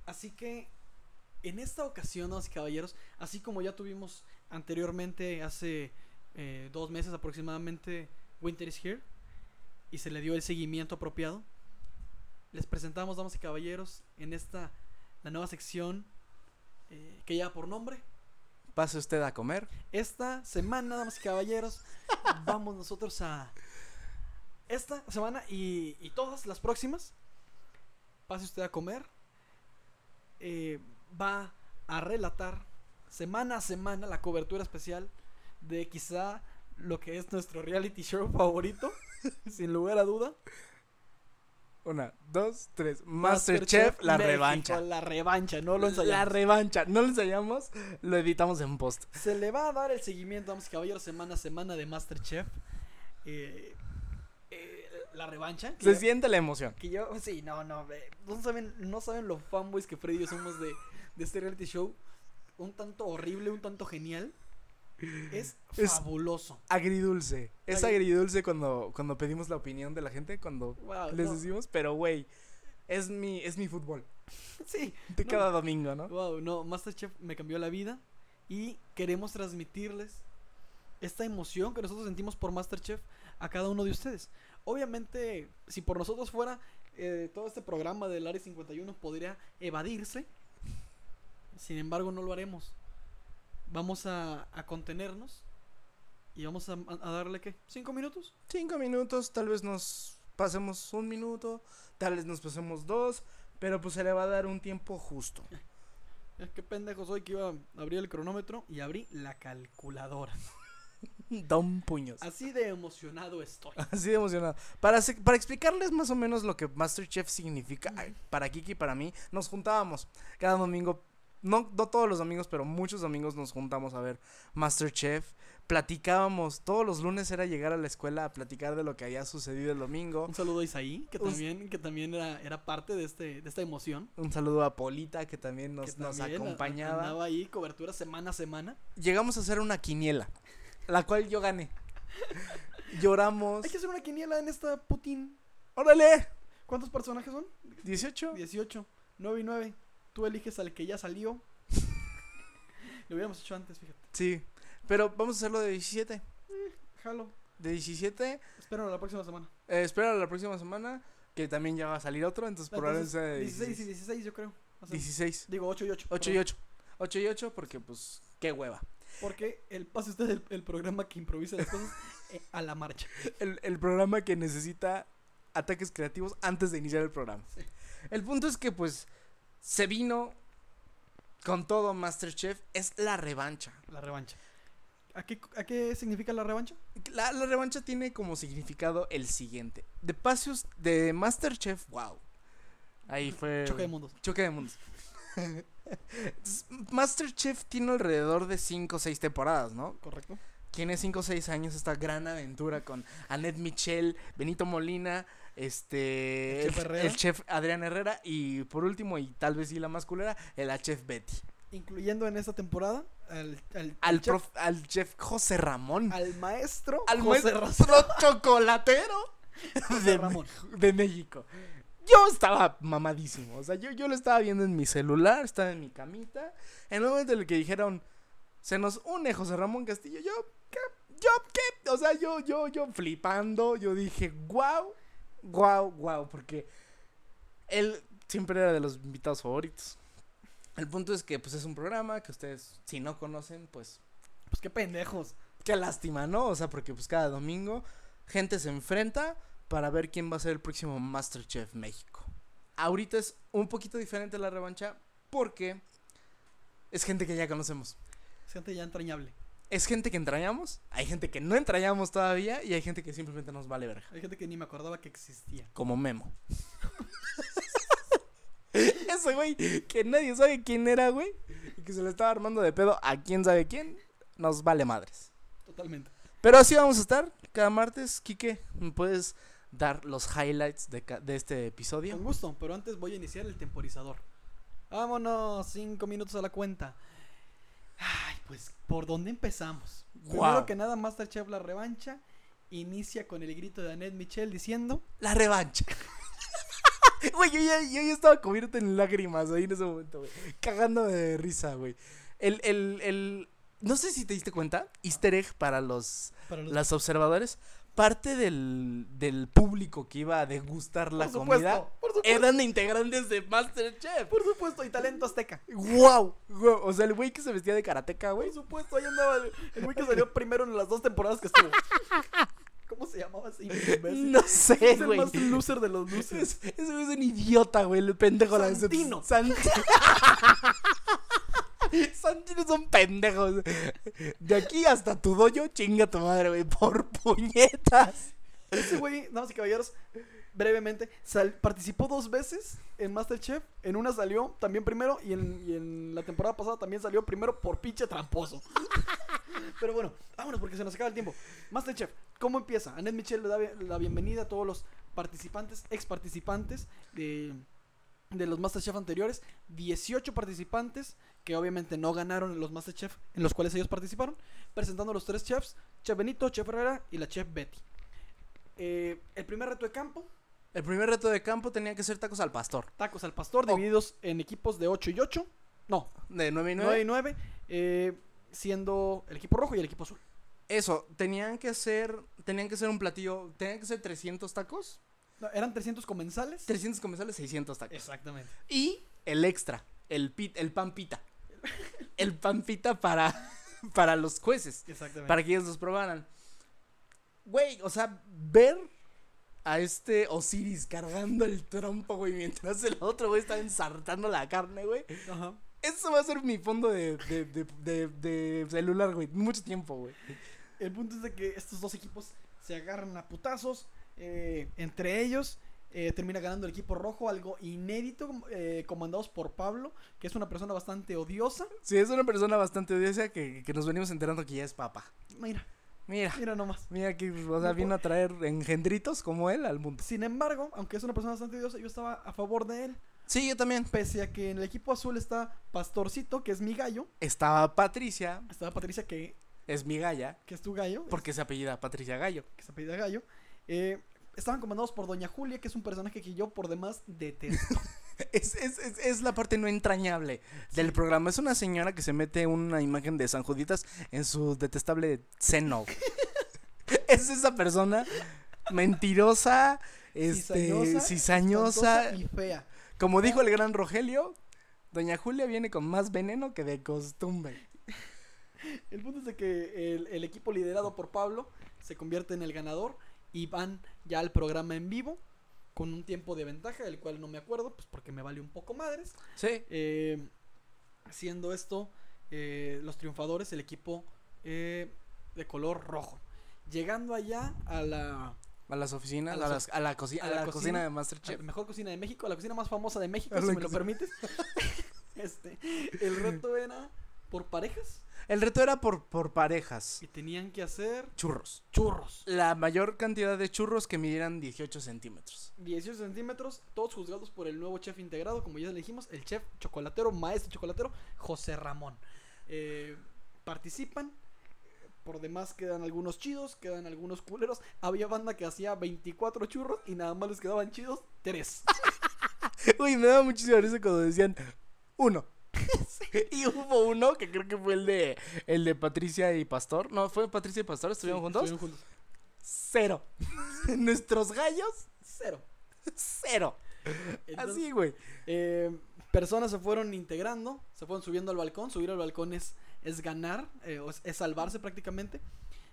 [SPEAKER 4] Así que, en esta ocasión, damas y caballeros, así como ya tuvimos anteriormente, hace eh, dos meses aproximadamente, Winter is Here, y se le dio el seguimiento apropiado, les presentamos, damas y caballeros, en esta, la nueva sección eh, que lleva por nombre,
[SPEAKER 3] Pase usted a comer.
[SPEAKER 4] esta semana, damas y caballeros, vamos nosotros a. Esta semana y, y todas las próximas, pase usted a comer. eh, va a relatar semana a semana la cobertura especial de quizá lo que es nuestro reality show favorito, sin lugar a duda.
[SPEAKER 3] Una, dos, tres. Masterchef, la
[SPEAKER 4] México,
[SPEAKER 3] revancha.
[SPEAKER 4] La revancha, no lo ensayamos.
[SPEAKER 3] La revancha. No lo ensayamos, lo editamos en post.
[SPEAKER 4] Se le va a dar el seguimiento, damas y caballeros, semana a semana de Masterchef. Eh, eh, la la revancha. que
[SPEAKER 3] Se
[SPEAKER 4] ya-
[SPEAKER 3] siente la emoción.
[SPEAKER 4] Que yo, sí, no, no, ve, no saben, no saben los fanboys que Freddy y yo somos de, de este reality show. Un tanto horrible, un tanto genial. Es,
[SPEAKER 3] Es-
[SPEAKER 4] fabuloso.
[SPEAKER 3] Agridulce. Es
[SPEAKER 4] Agri-
[SPEAKER 3] agridulce cuando, cuando pedimos la opinión de la gente, cuando
[SPEAKER 4] Wow,
[SPEAKER 3] les
[SPEAKER 4] Ah, no,
[SPEAKER 3] decimos, pero güey, es mi, es mi fútbol.
[SPEAKER 4] Sí,
[SPEAKER 3] De
[SPEAKER 4] No.
[SPEAKER 3] cada domingo, ¿no?
[SPEAKER 4] wow, no, Masterchef me cambió la vida. Y queremos transmitirles esta emoción que nosotros sentimos por Masterchef a cada uno de ustedes. Obviamente, si por nosotros fuera, eh, todo este programa del Área 51 podría evadirse. Sin embargo, no lo haremos. Vamos a, a contenernos y vamos a, a darle, ¿qué? ¿Cinco minutos?
[SPEAKER 3] Cinco minutos, tal vez nos pasemos un minuto, tal vez nos pasemos dos, pero pues se le va a dar un tiempo justo.
[SPEAKER 4] Es que pendejo soy que iba a abrir el cronómetro y abrí la calculadora.
[SPEAKER 3] Don puños.
[SPEAKER 4] Así de emocionado estoy.
[SPEAKER 3] Así de emocionado. Para, se- para explicarles más o menos lo que Masterchef significa ay, para Kiki y para mí, nos juntábamos cada domingo. No, no todos los domingos, pero muchos domingos nos juntamos a ver Masterchef. Platicábamos, todos los lunes era llegar a la escuela a platicar de lo que había sucedido el domingo.
[SPEAKER 4] Un saludo a Isaí, que
[SPEAKER 3] Un-
[SPEAKER 4] también, que también era, era parte de, este, de esta emoción.
[SPEAKER 3] Un saludo a Polita que también nos,
[SPEAKER 4] que
[SPEAKER 3] nos
[SPEAKER 4] también a-
[SPEAKER 3] acompañaba.
[SPEAKER 4] Andaba ahí, cobertura semana a semana.
[SPEAKER 3] Llegamos a hacer una quiniela, la cual yo gané. Lloramos.
[SPEAKER 4] Hay que hacer una quiniela en esta Putin.
[SPEAKER 3] ¡Órale!
[SPEAKER 4] ¿Cuántos personajes son?
[SPEAKER 3] 18.
[SPEAKER 4] 18, 9 y 9. Tú eliges al que ya salió. Lo hubiéramos hecho antes, fíjate.
[SPEAKER 3] Sí. Pero vamos a hacerlo de 17.
[SPEAKER 4] Jalo.
[SPEAKER 3] De 17
[SPEAKER 4] Espero la próxima semana.
[SPEAKER 3] Eh, espera la próxima semana, que también ya va a salir otro, entonces, probablemente
[SPEAKER 4] Entonces,
[SPEAKER 3] sea de
[SPEAKER 4] 16 y
[SPEAKER 3] 16.
[SPEAKER 4] 16, yo creo. Hacemos.
[SPEAKER 3] 16.
[SPEAKER 4] Digo 8 y 8.
[SPEAKER 3] 8 y 8. 8 y 8 porque, pues, qué hueva.
[SPEAKER 4] Porque el pase usted el, el programa que improvisa las cosas eh, a la marcha.
[SPEAKER 3] El, el programa que necesita ataques creativos antes de iniciar el programa.
[SPEAKER 4] Sí.
[SPEAKER 3] El punto es que, pues, se vino con todo Masterchef, es la revancha.
[SPEAKER 4] La revancha. ¿A qué, ¿A qué significa la revancha?
[SPEAKER 3] La, la revancha tiene como significado el siguiente. De Pacius, de Masterchef, wow. Ahí fue...
[SPEAKER 4] Choque de mundos.
[SPEAKER 3] Choque de mundos. S- Masterchef tiene alrededor de 5 o 6 temporadas, ¿no?
[SPEAKER 4] Correcto.
[SPEAKER 3] Tiene 5 o 6 años esta gran aventura con Annette Michel, Benito Molina, este.
[SPEAKER 4] El chef Herrera.
[SPEAKER 3] el chef Adrián Herrera y por último, y tal vez sí la más culera, el la chef Betty.
[SPEAKER 4] Incluyendo en esta temporada al, al,
[SPEAKER 3] Al,
[SPEAKER 4] chef-
[SPEAKER 3] prof- al chef José Ramón.
[SPEAKER 4] al maestro
[SPEAKER 3] Al
[SPEAKER 4] José
[SPEAKER 3] maestro
[SPEAKER 4] Ramón.
[SPEAKER 3] chocolatero
[SPEAKER 4] José
[SPEAKER 3] de,
[SPEAKER 4] Ramón.
[SPEAKER 3] de México. Yo estaba mamadísimo. O sea, yo, yo lo estaba viendo en mi celular, estaba en mi camita. En el momento en el que dijeron, se nos une José Ramón Castillo, yo, ¿qué? ¿Yo qué? O sea, yo, yo, yo flipando. Yo dije, wow, wow, wow. Porque él siempre era de los invitados favoritos. El punto es que, pues, es un programa que ustedes, si no conocen, pues,
[SPEAKER 4] Pues qué pendejos.
[SPEAKER 3] qué lástima, ¿no? O sea, porque, pues, cada domingo gente se enfrenta para ver quién va a ser el próximo Masterchef México. Ahorita es un poquito diferente la revancha porque es gente que ya conocemos.
[SPEAKER 4] Es gente ya entrañable.
[SPEAKER 3] Es gente que entrañamos, hay gente que no entrañamos todavía y hay gente que simplemente nos vale verga.
[SPEAKER 4] Hay gente que ni me acordaba que existía.
[SPEAKER 3] Como Memo. Ese güey que nadie sabe quién era, güey, y que se le estaba armando de pedo a quién sabe quién, nos vale madres.
[SPEAKER 4] Totalmente.
[SPEAKER 3] Pero así vamos a estar cada martes. Quique, ¿me puedes dar los highlights de, ca- de este
[SPEAKER 4] Con
[SPEAKER 3] episodio?
[SPEAKER 4] gusto, pero antes voy a iniciar el temporizador. Vámonos, cinco minutos a la cuenta. Ay, pues, ¿por dónde empezamos?
[SPEAKER 3] Guau.
[SPEAKER 4] Primero que nada, Masterchef La Revancha inicia con el grito de Annette Michel diciendo...
[SPEAKER 3] La revancha. Güey, yo ya, yo ya estaba cubierto en lágrimas ahí en ese momento, güey. Cagándome de risa, güey. El, el, el... No sé si te diste cuenta, easter egg para los,
[SPEAKER 4] Para los
[SPEAKER 3] los observadores. Parte del, del público que iba a degustar la
[SPEAKER 4] Por supuesto,
[SPEAKER 3] comida
[SPEAKER 4] por supuesto.
[SPEAKER 3] eran integrantes de Masterchef.
[SPEAKER 4] Por supuesto, y talento azteca.
[SPEAKER 3] ¡Wow! wow. O sea, el güey que se vestía de karateca, güey.
[SPEAKER 4] Por supuesto, ahí andaba el, el güey que salió primero en las dos temporadas que estuvo. ¿Cómo se llamaba ese imbécil?
[SPEAKER 3] No
[SPEAKER 4] es
[SPEAKER 3] sé,
[SPEAKER 4] el
[SPEAKER 3] güey.
[SPEAKER 4] más loser de los
[SPEAKER 3] Ese
[SPEAKER 4] losers.
[SPEAKER 3] ese güey es un idiota, güey. El pendejo la
[SPEAKER 4] Santino.
[SPEAKER 3] Sant- Santino es un pendejo. De aquí hasta tu doyo, chinga tu madre, güey. Por puñetas.
[SPEAKER 4] Ese güey, damas y caballeros, brevemente, sal- participó dos veces en Masterchef. En una salió también primero y en, y en la temporada pasada también salió primero por pinche tramposo. Pero bueno, vámonos porque se nos acaba el tiempo. Masterchef, ¿cómo empieza? Annette Michel le da bi- la bienvenida a todos los participantes, ex participantes de, de los Masterchef anteriores, 18 participantes que obviamente no ganaron en los Masterchef en los cuales ellos participaron, presentando a los tres chefs, Chef Benito, Chef Herrera y la Chef Betty. Eh, el primer reto de campo,
[SPEAKER 3] El primer reto de campo tenía que ser tacos al pastor.
[SPEAKER 4] tacos al pastor,
[SPEAKER 3] Oh.
[SPEAKER 4] divididos en equipos de 8 y 8, no,
[SPEAKER 3] De 9 y 9.
[SPEAKER 4] 9 y 9, eh, siendo el equipo rojo y el equipo azul.
[SPEAKER 3] Eso, tenían que ser. Tenían que ser un platillo. Tenían que ser 300 tacos.
[SPEAKER 4] No, eran 300 comensales.
[SPEAKER 3] 300 comensales, 600 tacos.
[SPEAKER 4] Exactamente.
[SPEAKER 3] Y el extra. El, pit, el pan pita. El pan pita para, para los jueces.
[SPEAKER 4] Exactamente.
[SPEAKER 3] para que ellos los probaran. Güey, o sea, ver a este Osiris cargando el trompo, güey, mientras el otro güey está ensartando la carne, güey.
[SPEAKER 4] Ajá.
[SPEAKER 3] Eso va a ser mi fondo de, de- de- de- de celular, güey. Mucho tiempo, güey.
[SPEAKER 4] El punto es de que estos dos equipos se agarran a putazos. eh, entre ellos eh, termina ganando el equipo rojo, algo inédito, eh, comandados por Pablo, que es una persona bastante odiosa.
[SPEAKER 3] Sí, es una persona bastante odiosa que, que nos venimos enterando que ya es papa.
[SPEAKER 4] Mira,
[SPEAKER 3] Mira,
[SPEAKER 4] mira nomás.
[SPEAKER 3] mira que, o sea, vino a traer engendritos como él al mundo.
[SPEAKER 4] Sin embargo, aunque es una persona bastante odiosa, yo estaba a favor de él.
[SPEAKER 3] Sí, yo también.
[SPEAKER 4] Pese a que en el equipo azul está Pastorcito, que es mi gallo.
[SPEAKER 3] Estaba Patricia,
[SPEAKER 4] Estaba Patricia, que,
[SPEAKER 3] es mi galla,
[SPEAKER 4] que es tu gallo.
[SPEAKER 3] porque se apellida Patricia Gallo.
[SPEAKER 4] que se apellida Gallo. eh, estaban comandados por Doña Julia, que es un personaje que yo por demás detesto.
[SPEAKER 3] Es, es- es- es la parte no entrañable del programa. Es una señora que se mete una imagen de San Juditas en su detestable seno. es esa persona mentirosa, este,
[SPEAKER 4] Cizañosa,
[SPEAKER 3] cizañosa.
[SPEAKER 4] Espantosa y fea.
[SPEAKER 3] Como dijo el gran Rogelio, Doña Julia viene con más veneno que de costumbre.
[SPEAKER 4] El punto es de que el, el equipo liderado por Pablo se convierte en el ganador y van ya al programa en vivo con un tiempo de ventaja, del cual no me acuerdo, pues porque me vale un poco madres.
[SPEAKER 3] Sí.
[SPEAKER 4] Eh, siendo esto eh, los triunfadores, el equipo eh, de color rojo. Llegando allá a la,
[SPEAKER 3] A las oficinas,
[SPEAKER 4] A
[SPEAKER 3] a,
[SPEAKER 4] las
[SPEAKER 3] las- a la, coci-
[SPEAKER 4] a
[SPEAKER 3] a
[SPEAKER 4] la
[SPEAKER 3] la
[SPEAKER 4] cocina.
[SPEAKER 3] cocina, de
[SPEAKER 4] a la
[SPEAKER 3] Masterchef.
[SPEAKER 4] mejor cocina de México, a la cocina más famosa de México,
[SPEAKER 3] A
[SPEAKER 4] si
[SPEAKER 3] la
[SPEAKER 4] me lo
[SPEAKER 3] cocina.
[SPEAKER 4] permites. este, el reto era por parejas
[SPEAKER 3] El reto era por, por parejas.
[SPEAKER 4] y tenían que hacer
[SPEAKER 3] Churros.
[SPEAKER 4] churros.
[SPEAKER 3] La mayor cantidad de churros que midieran 18 centímetros.
[SPEAKER 4] 18 centímetros, todos juzgados por el nuevo chef integrado, como ya le dijimos, el chef chocolatero, maestro chocolatero, José Ramón. Eh, participan, por demás quedan algunos chidos, quedan algunos culeros. Había banda que hacía 24 churros y nada más les quedaban chidos 3.
[SPEAKER 3] Uy, me daba muchísima risa cuando decían uno. Y hubo uno que creo que fue el de el de Patricia y Pastor. No, fue Patricia y Pastor, estuvieron juntos. Cero. Nuestros gallos,
[SPEAKER 4] Cero.
[SPEAKER 3] cero.
[SPEAKER 4] Entonces,
[SPEAKER 3] Así, güey.
[SPEAKER 4] eh, personas se fueron integrando, se fueron subiendo al balcón. Subir al balcón es, es ganar, eh, o es, es salvarse prácticamente.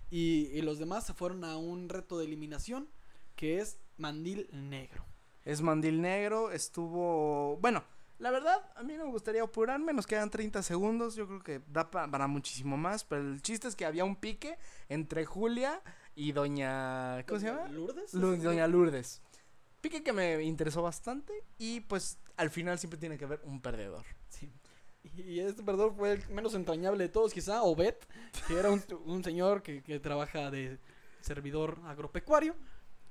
[SPEAKER 4] Y, y los demás se fueron a un reto de eliminación que es mandil negro.
[SPEAKER 3] Es mandil negro, estuvo. Bueno, la verdad, a mí no me gustaría apurarme, nos quedan 30 segundos. Yo creo que da pa- para muchísimo más. Pero el chiste es que había un pique entre Julia y Doña. ¿Cómo se
[SPEAKER 4] Doña
[SPEAKER 3] llama?
[SPEAKER 4] ¿Lourdes?
[SPEAKER 3] Lu-
[SPEAKER 4] ¿Es?
[SPEAKER 3] Doña Lourdes. Pique que me interesó bastante y pues al final siempre tiene que haber un perdedor.
[SPEAKER 4] Sí. Y este perdón fue el menos entrañable de todos, quizá, Obed, que era un, un señor que, que trabaja de servidor agropecuario,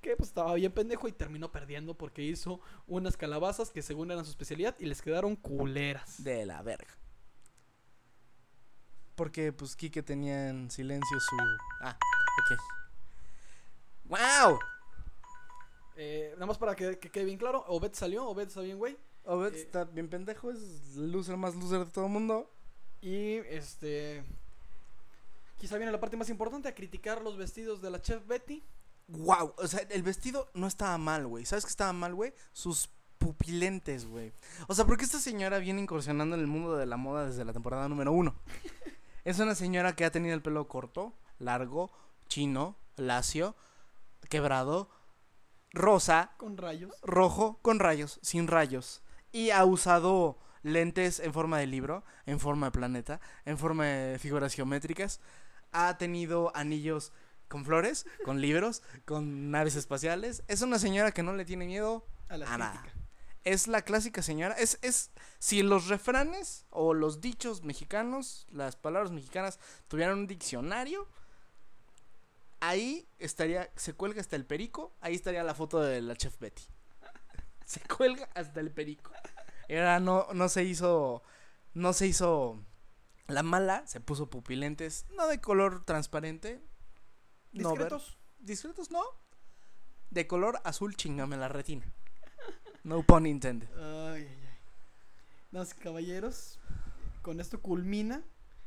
[SPEAKER 4] que pues estaba bien pendejo y terminó perdiendo porque hizo unas calabazas que según eran su especialidad y les quedaron culeras.
[SPEAKER 3] De la verga. Porque pues Quique tenía en silencio su... Ah, ok. ¡Wow!
[SPEAKER 4] Eh, nada más para que, que quede bien claro, Obed salió, Obed está bien, güey.
[SPEAKER 3] Obed
[SPEAKER 4] Eh,
[SPEAKER 3] está bien pendejo, es el loser más loser de todo el mundo.
[SPEAKER 4] Y este... Quizá viene la parte más importante, a criticar los vestidos de la chef Betty.
[SPEAKER 3] ¡Wow! O sea, el vestido no estaba mal, güey. ¿Sabes qué estaba mal, güey? Sus pupilentes, güey. O sea, porque esta señora viene incursionando en el mundo de la moda desde la temporada número uno. Es una señora que ha tenido el pelo corto, largo, chino, lacio, quebrado, rosa,
[SPEAKER 4] Con rayos.
[SPEAKER 3] rojo, con rayos, sin rayos. Y ha usado lentes en forma de libro, en forma de planeta, en forma de figuras geométricas. Ha tenido anillos con flores, con libros, con naves espaciales. Es una señora que no le tiene miedo
[SPEAKER 4] A la
[SPEAKER 3] a
[SPEAKER 4] crítica.
[SPEAKER 3] nada. Es la clásica señora. Es, es, si los refranes o los dichos mexicanos, las palabras mexicanas, tuvieran un diccionario, Ahí estaría, se cuelga hasta el perico. Ahí estaría la foto de la chef Betty. Se cuelga hasta el perico. Era, no, no se hizo, no se hizo la mala, se puso pupilentes, no de color transparente. no ver-
[SPEAKER 4] Discretos.
[SPEAKER 3] discretos no, de color azul chingame la retina. No pun intended.
[SPEAKER 4] Ay, ay, ay. Nada más, caballeros, con esto culmina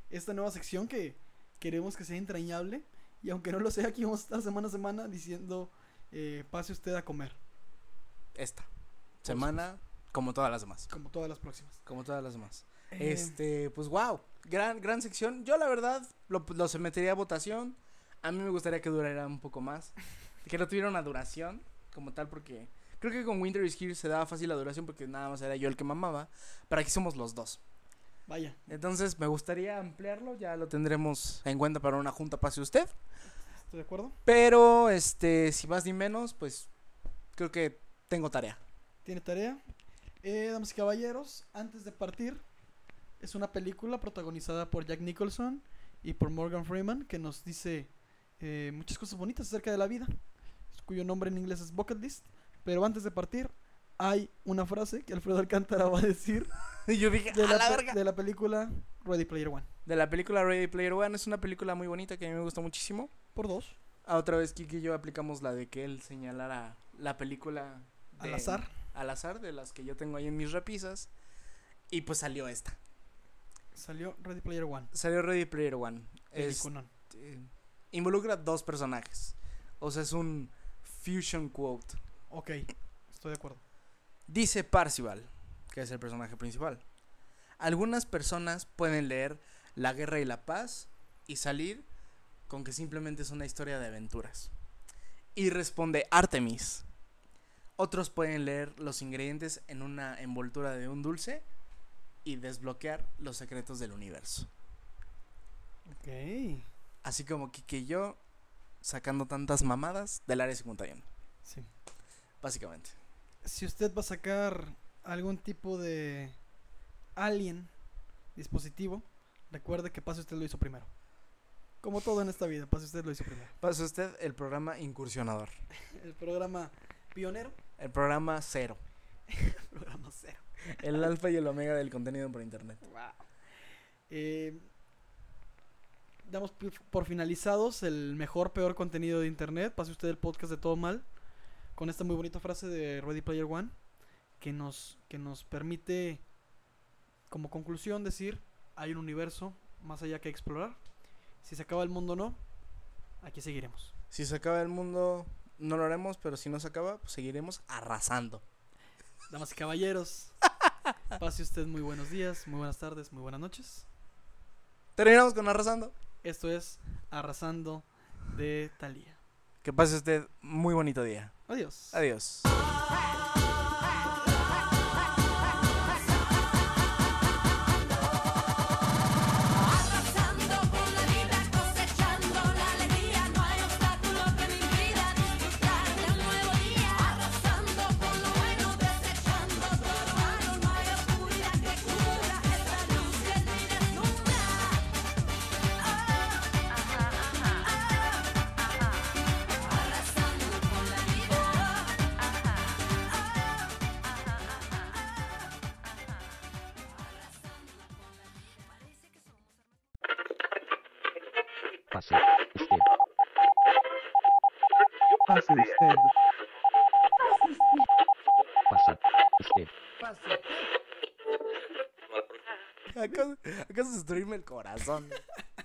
[SPEAKER 4] esta nueva sección que queremos que sea entrañable. Y aunque no lo sea, aquí vamos a estar semana a semana diciendo, eh, pase usted a comer,
[SPEAKER 3] Esta semana, como todas las demás.
[SPEAKER 4] como todas las próximas.
[SPEAKER 3] Como todas las demás.
[SPEAKER 4] Eh,
[SPEAKER 3] Este, pues wow, gran, gran sección. Yo la verdad lo, lo sometería a votación. A mí me gustaría que durara un poco más. Que no tuviera una duración como tal porque creo que con Winter is Here se daba fácil la duración porque nada más era yo el que mamaba. Pero aquí somos los dos.
[SPEAKER 4] Vaya,
[SPEAKER 3] Entonces me gustaría ampliarlo, ya lo tendremos en cuenta para una junta pase usted.
[SPEAKER 4] ¿estoy de acuerdo?
[SPEAKER 3] Pero, este, si más ni menos, pues creo que tengo tarea.
[SPEAKER 4] Tiene tarea. Eh, damas y caballeros, antes de partir, es una película protagonizada por Jack Nicholson y por Morgan Freeman que nos dice eh, muchas cosas bonitas acerca de la vida, cuyo nombre en inglés es Bucket List. Pero antes de partir, hay una frase que Alfredo Alcántara va a decir
[SPEAKER 3] Y yo dije,
[SPEAKER 4] de
[SPEAKER 3] a
[SPEAKER 4] la,
[SPEAKER 3] la
[SPEAKER 4] pe-
[SPEAKER 3] verga.
[SPEAKER 4] de la película Ready Player One.
[SPEAKER 3] De la película Ready Player One, es una película muy bonita que a mí me gusta muchísimo.
[SPEAKER 4] Por dos,
[SPEAKER 3] A otra vez Kiki y yo aplicamos la de que él señalara la película
[SPEAKER 4] al
[SPEAKER 3] de-
[SPEAKER 4] azar.
[SPEAKER 3] Al azar, de las que yo tengo ahí en mis repisas. Y pues salió esta.
[SPEAKER 4] Salió Ready Player One.
[SPEAKER 3] Salió Ready Player One. Es-
[SPEAKER 4] Peliculón.
[SPEAKER 3] eh, involucra dos personajes. O sea, es un fusion quote.
[SPEAKER 4] Ok, estoy de acuerdo.
[SPEAKER 3] Dice Parcival, que es el personaje principal. Algunas personas pueden leer La Guerra y la Paz y salir con que simplemente es una historia de aventuras. Y responde Artemis. Otros pueden leer los ingredientes en una envoltura de un dulce y desbloquear los secretos del universo.
[SPEAKER 4] Ok,
[SPEAKER 3] Así como Kike y yo sacando tantas mamadas del área 51,
[SPEAKER 4] sí.
[SPEAKER 3] básicamente.
[SPEAKER 4] si usted va a sacar algún tipo de alien dispositivo, recuerde que pase usted lo hizo primero. Como todo en esta vida, pase usted lo hizo primero.
[SPEAKER 3] Pasa usted el programa incursionador,
[SPEAKER 4] El programa pionero,
[SPEAKER 3] el programa cero.
[SPEAKER 4] el programa cero.
[SPEAKER 3] El alfa y el omega del contenido por internet.
[SPEAKER 4] Eh, damos pi- por finalizados el mejor, peor contenido de internet. Pase usted el podcast de todo mal. Con esta muy bonita frase de Ready Player One. Que nos, que nos permite, como conclusión, decir: hay un universo más allá que explorar. Si se acaba el mundo o no, aquí seguiremos.
[SPEAKER 3] Si se acaba el mundo, no lo haremos, pero si no se acaba, pues seguiremos arrasando.
[SPEAKER 4] Damas y caballeros, pase usted muy buenos días, muy buenas tardes, muy buenas noches.
[SPEAKER 3] Terminamos con arrasando.
[SPEAKER 4] Esto es Arrasando de Talía.
[SPEAKER 3] Que pase usted muy bonito día.
[SPEAKER 4] Adiós.
[SPEAKER 3] Adiós.
[SPEAKER 6] Arrasando por la vida, cosechando la alegría, no hay obstáculo que me impida disfrutar de un nuevo día. Arrasando por lo bueno, desechando todo lo malo, no hay oscuridad que cubra esta luz que me desnuda. Arrasando por la vida.
[SPEAKER 1] Pase usted.
[SPEAKER 2] Pase usted.
[SPEAKER 1] Pase usted.
[SPEAKER 3] Acabas acabas de destruirme el corazón.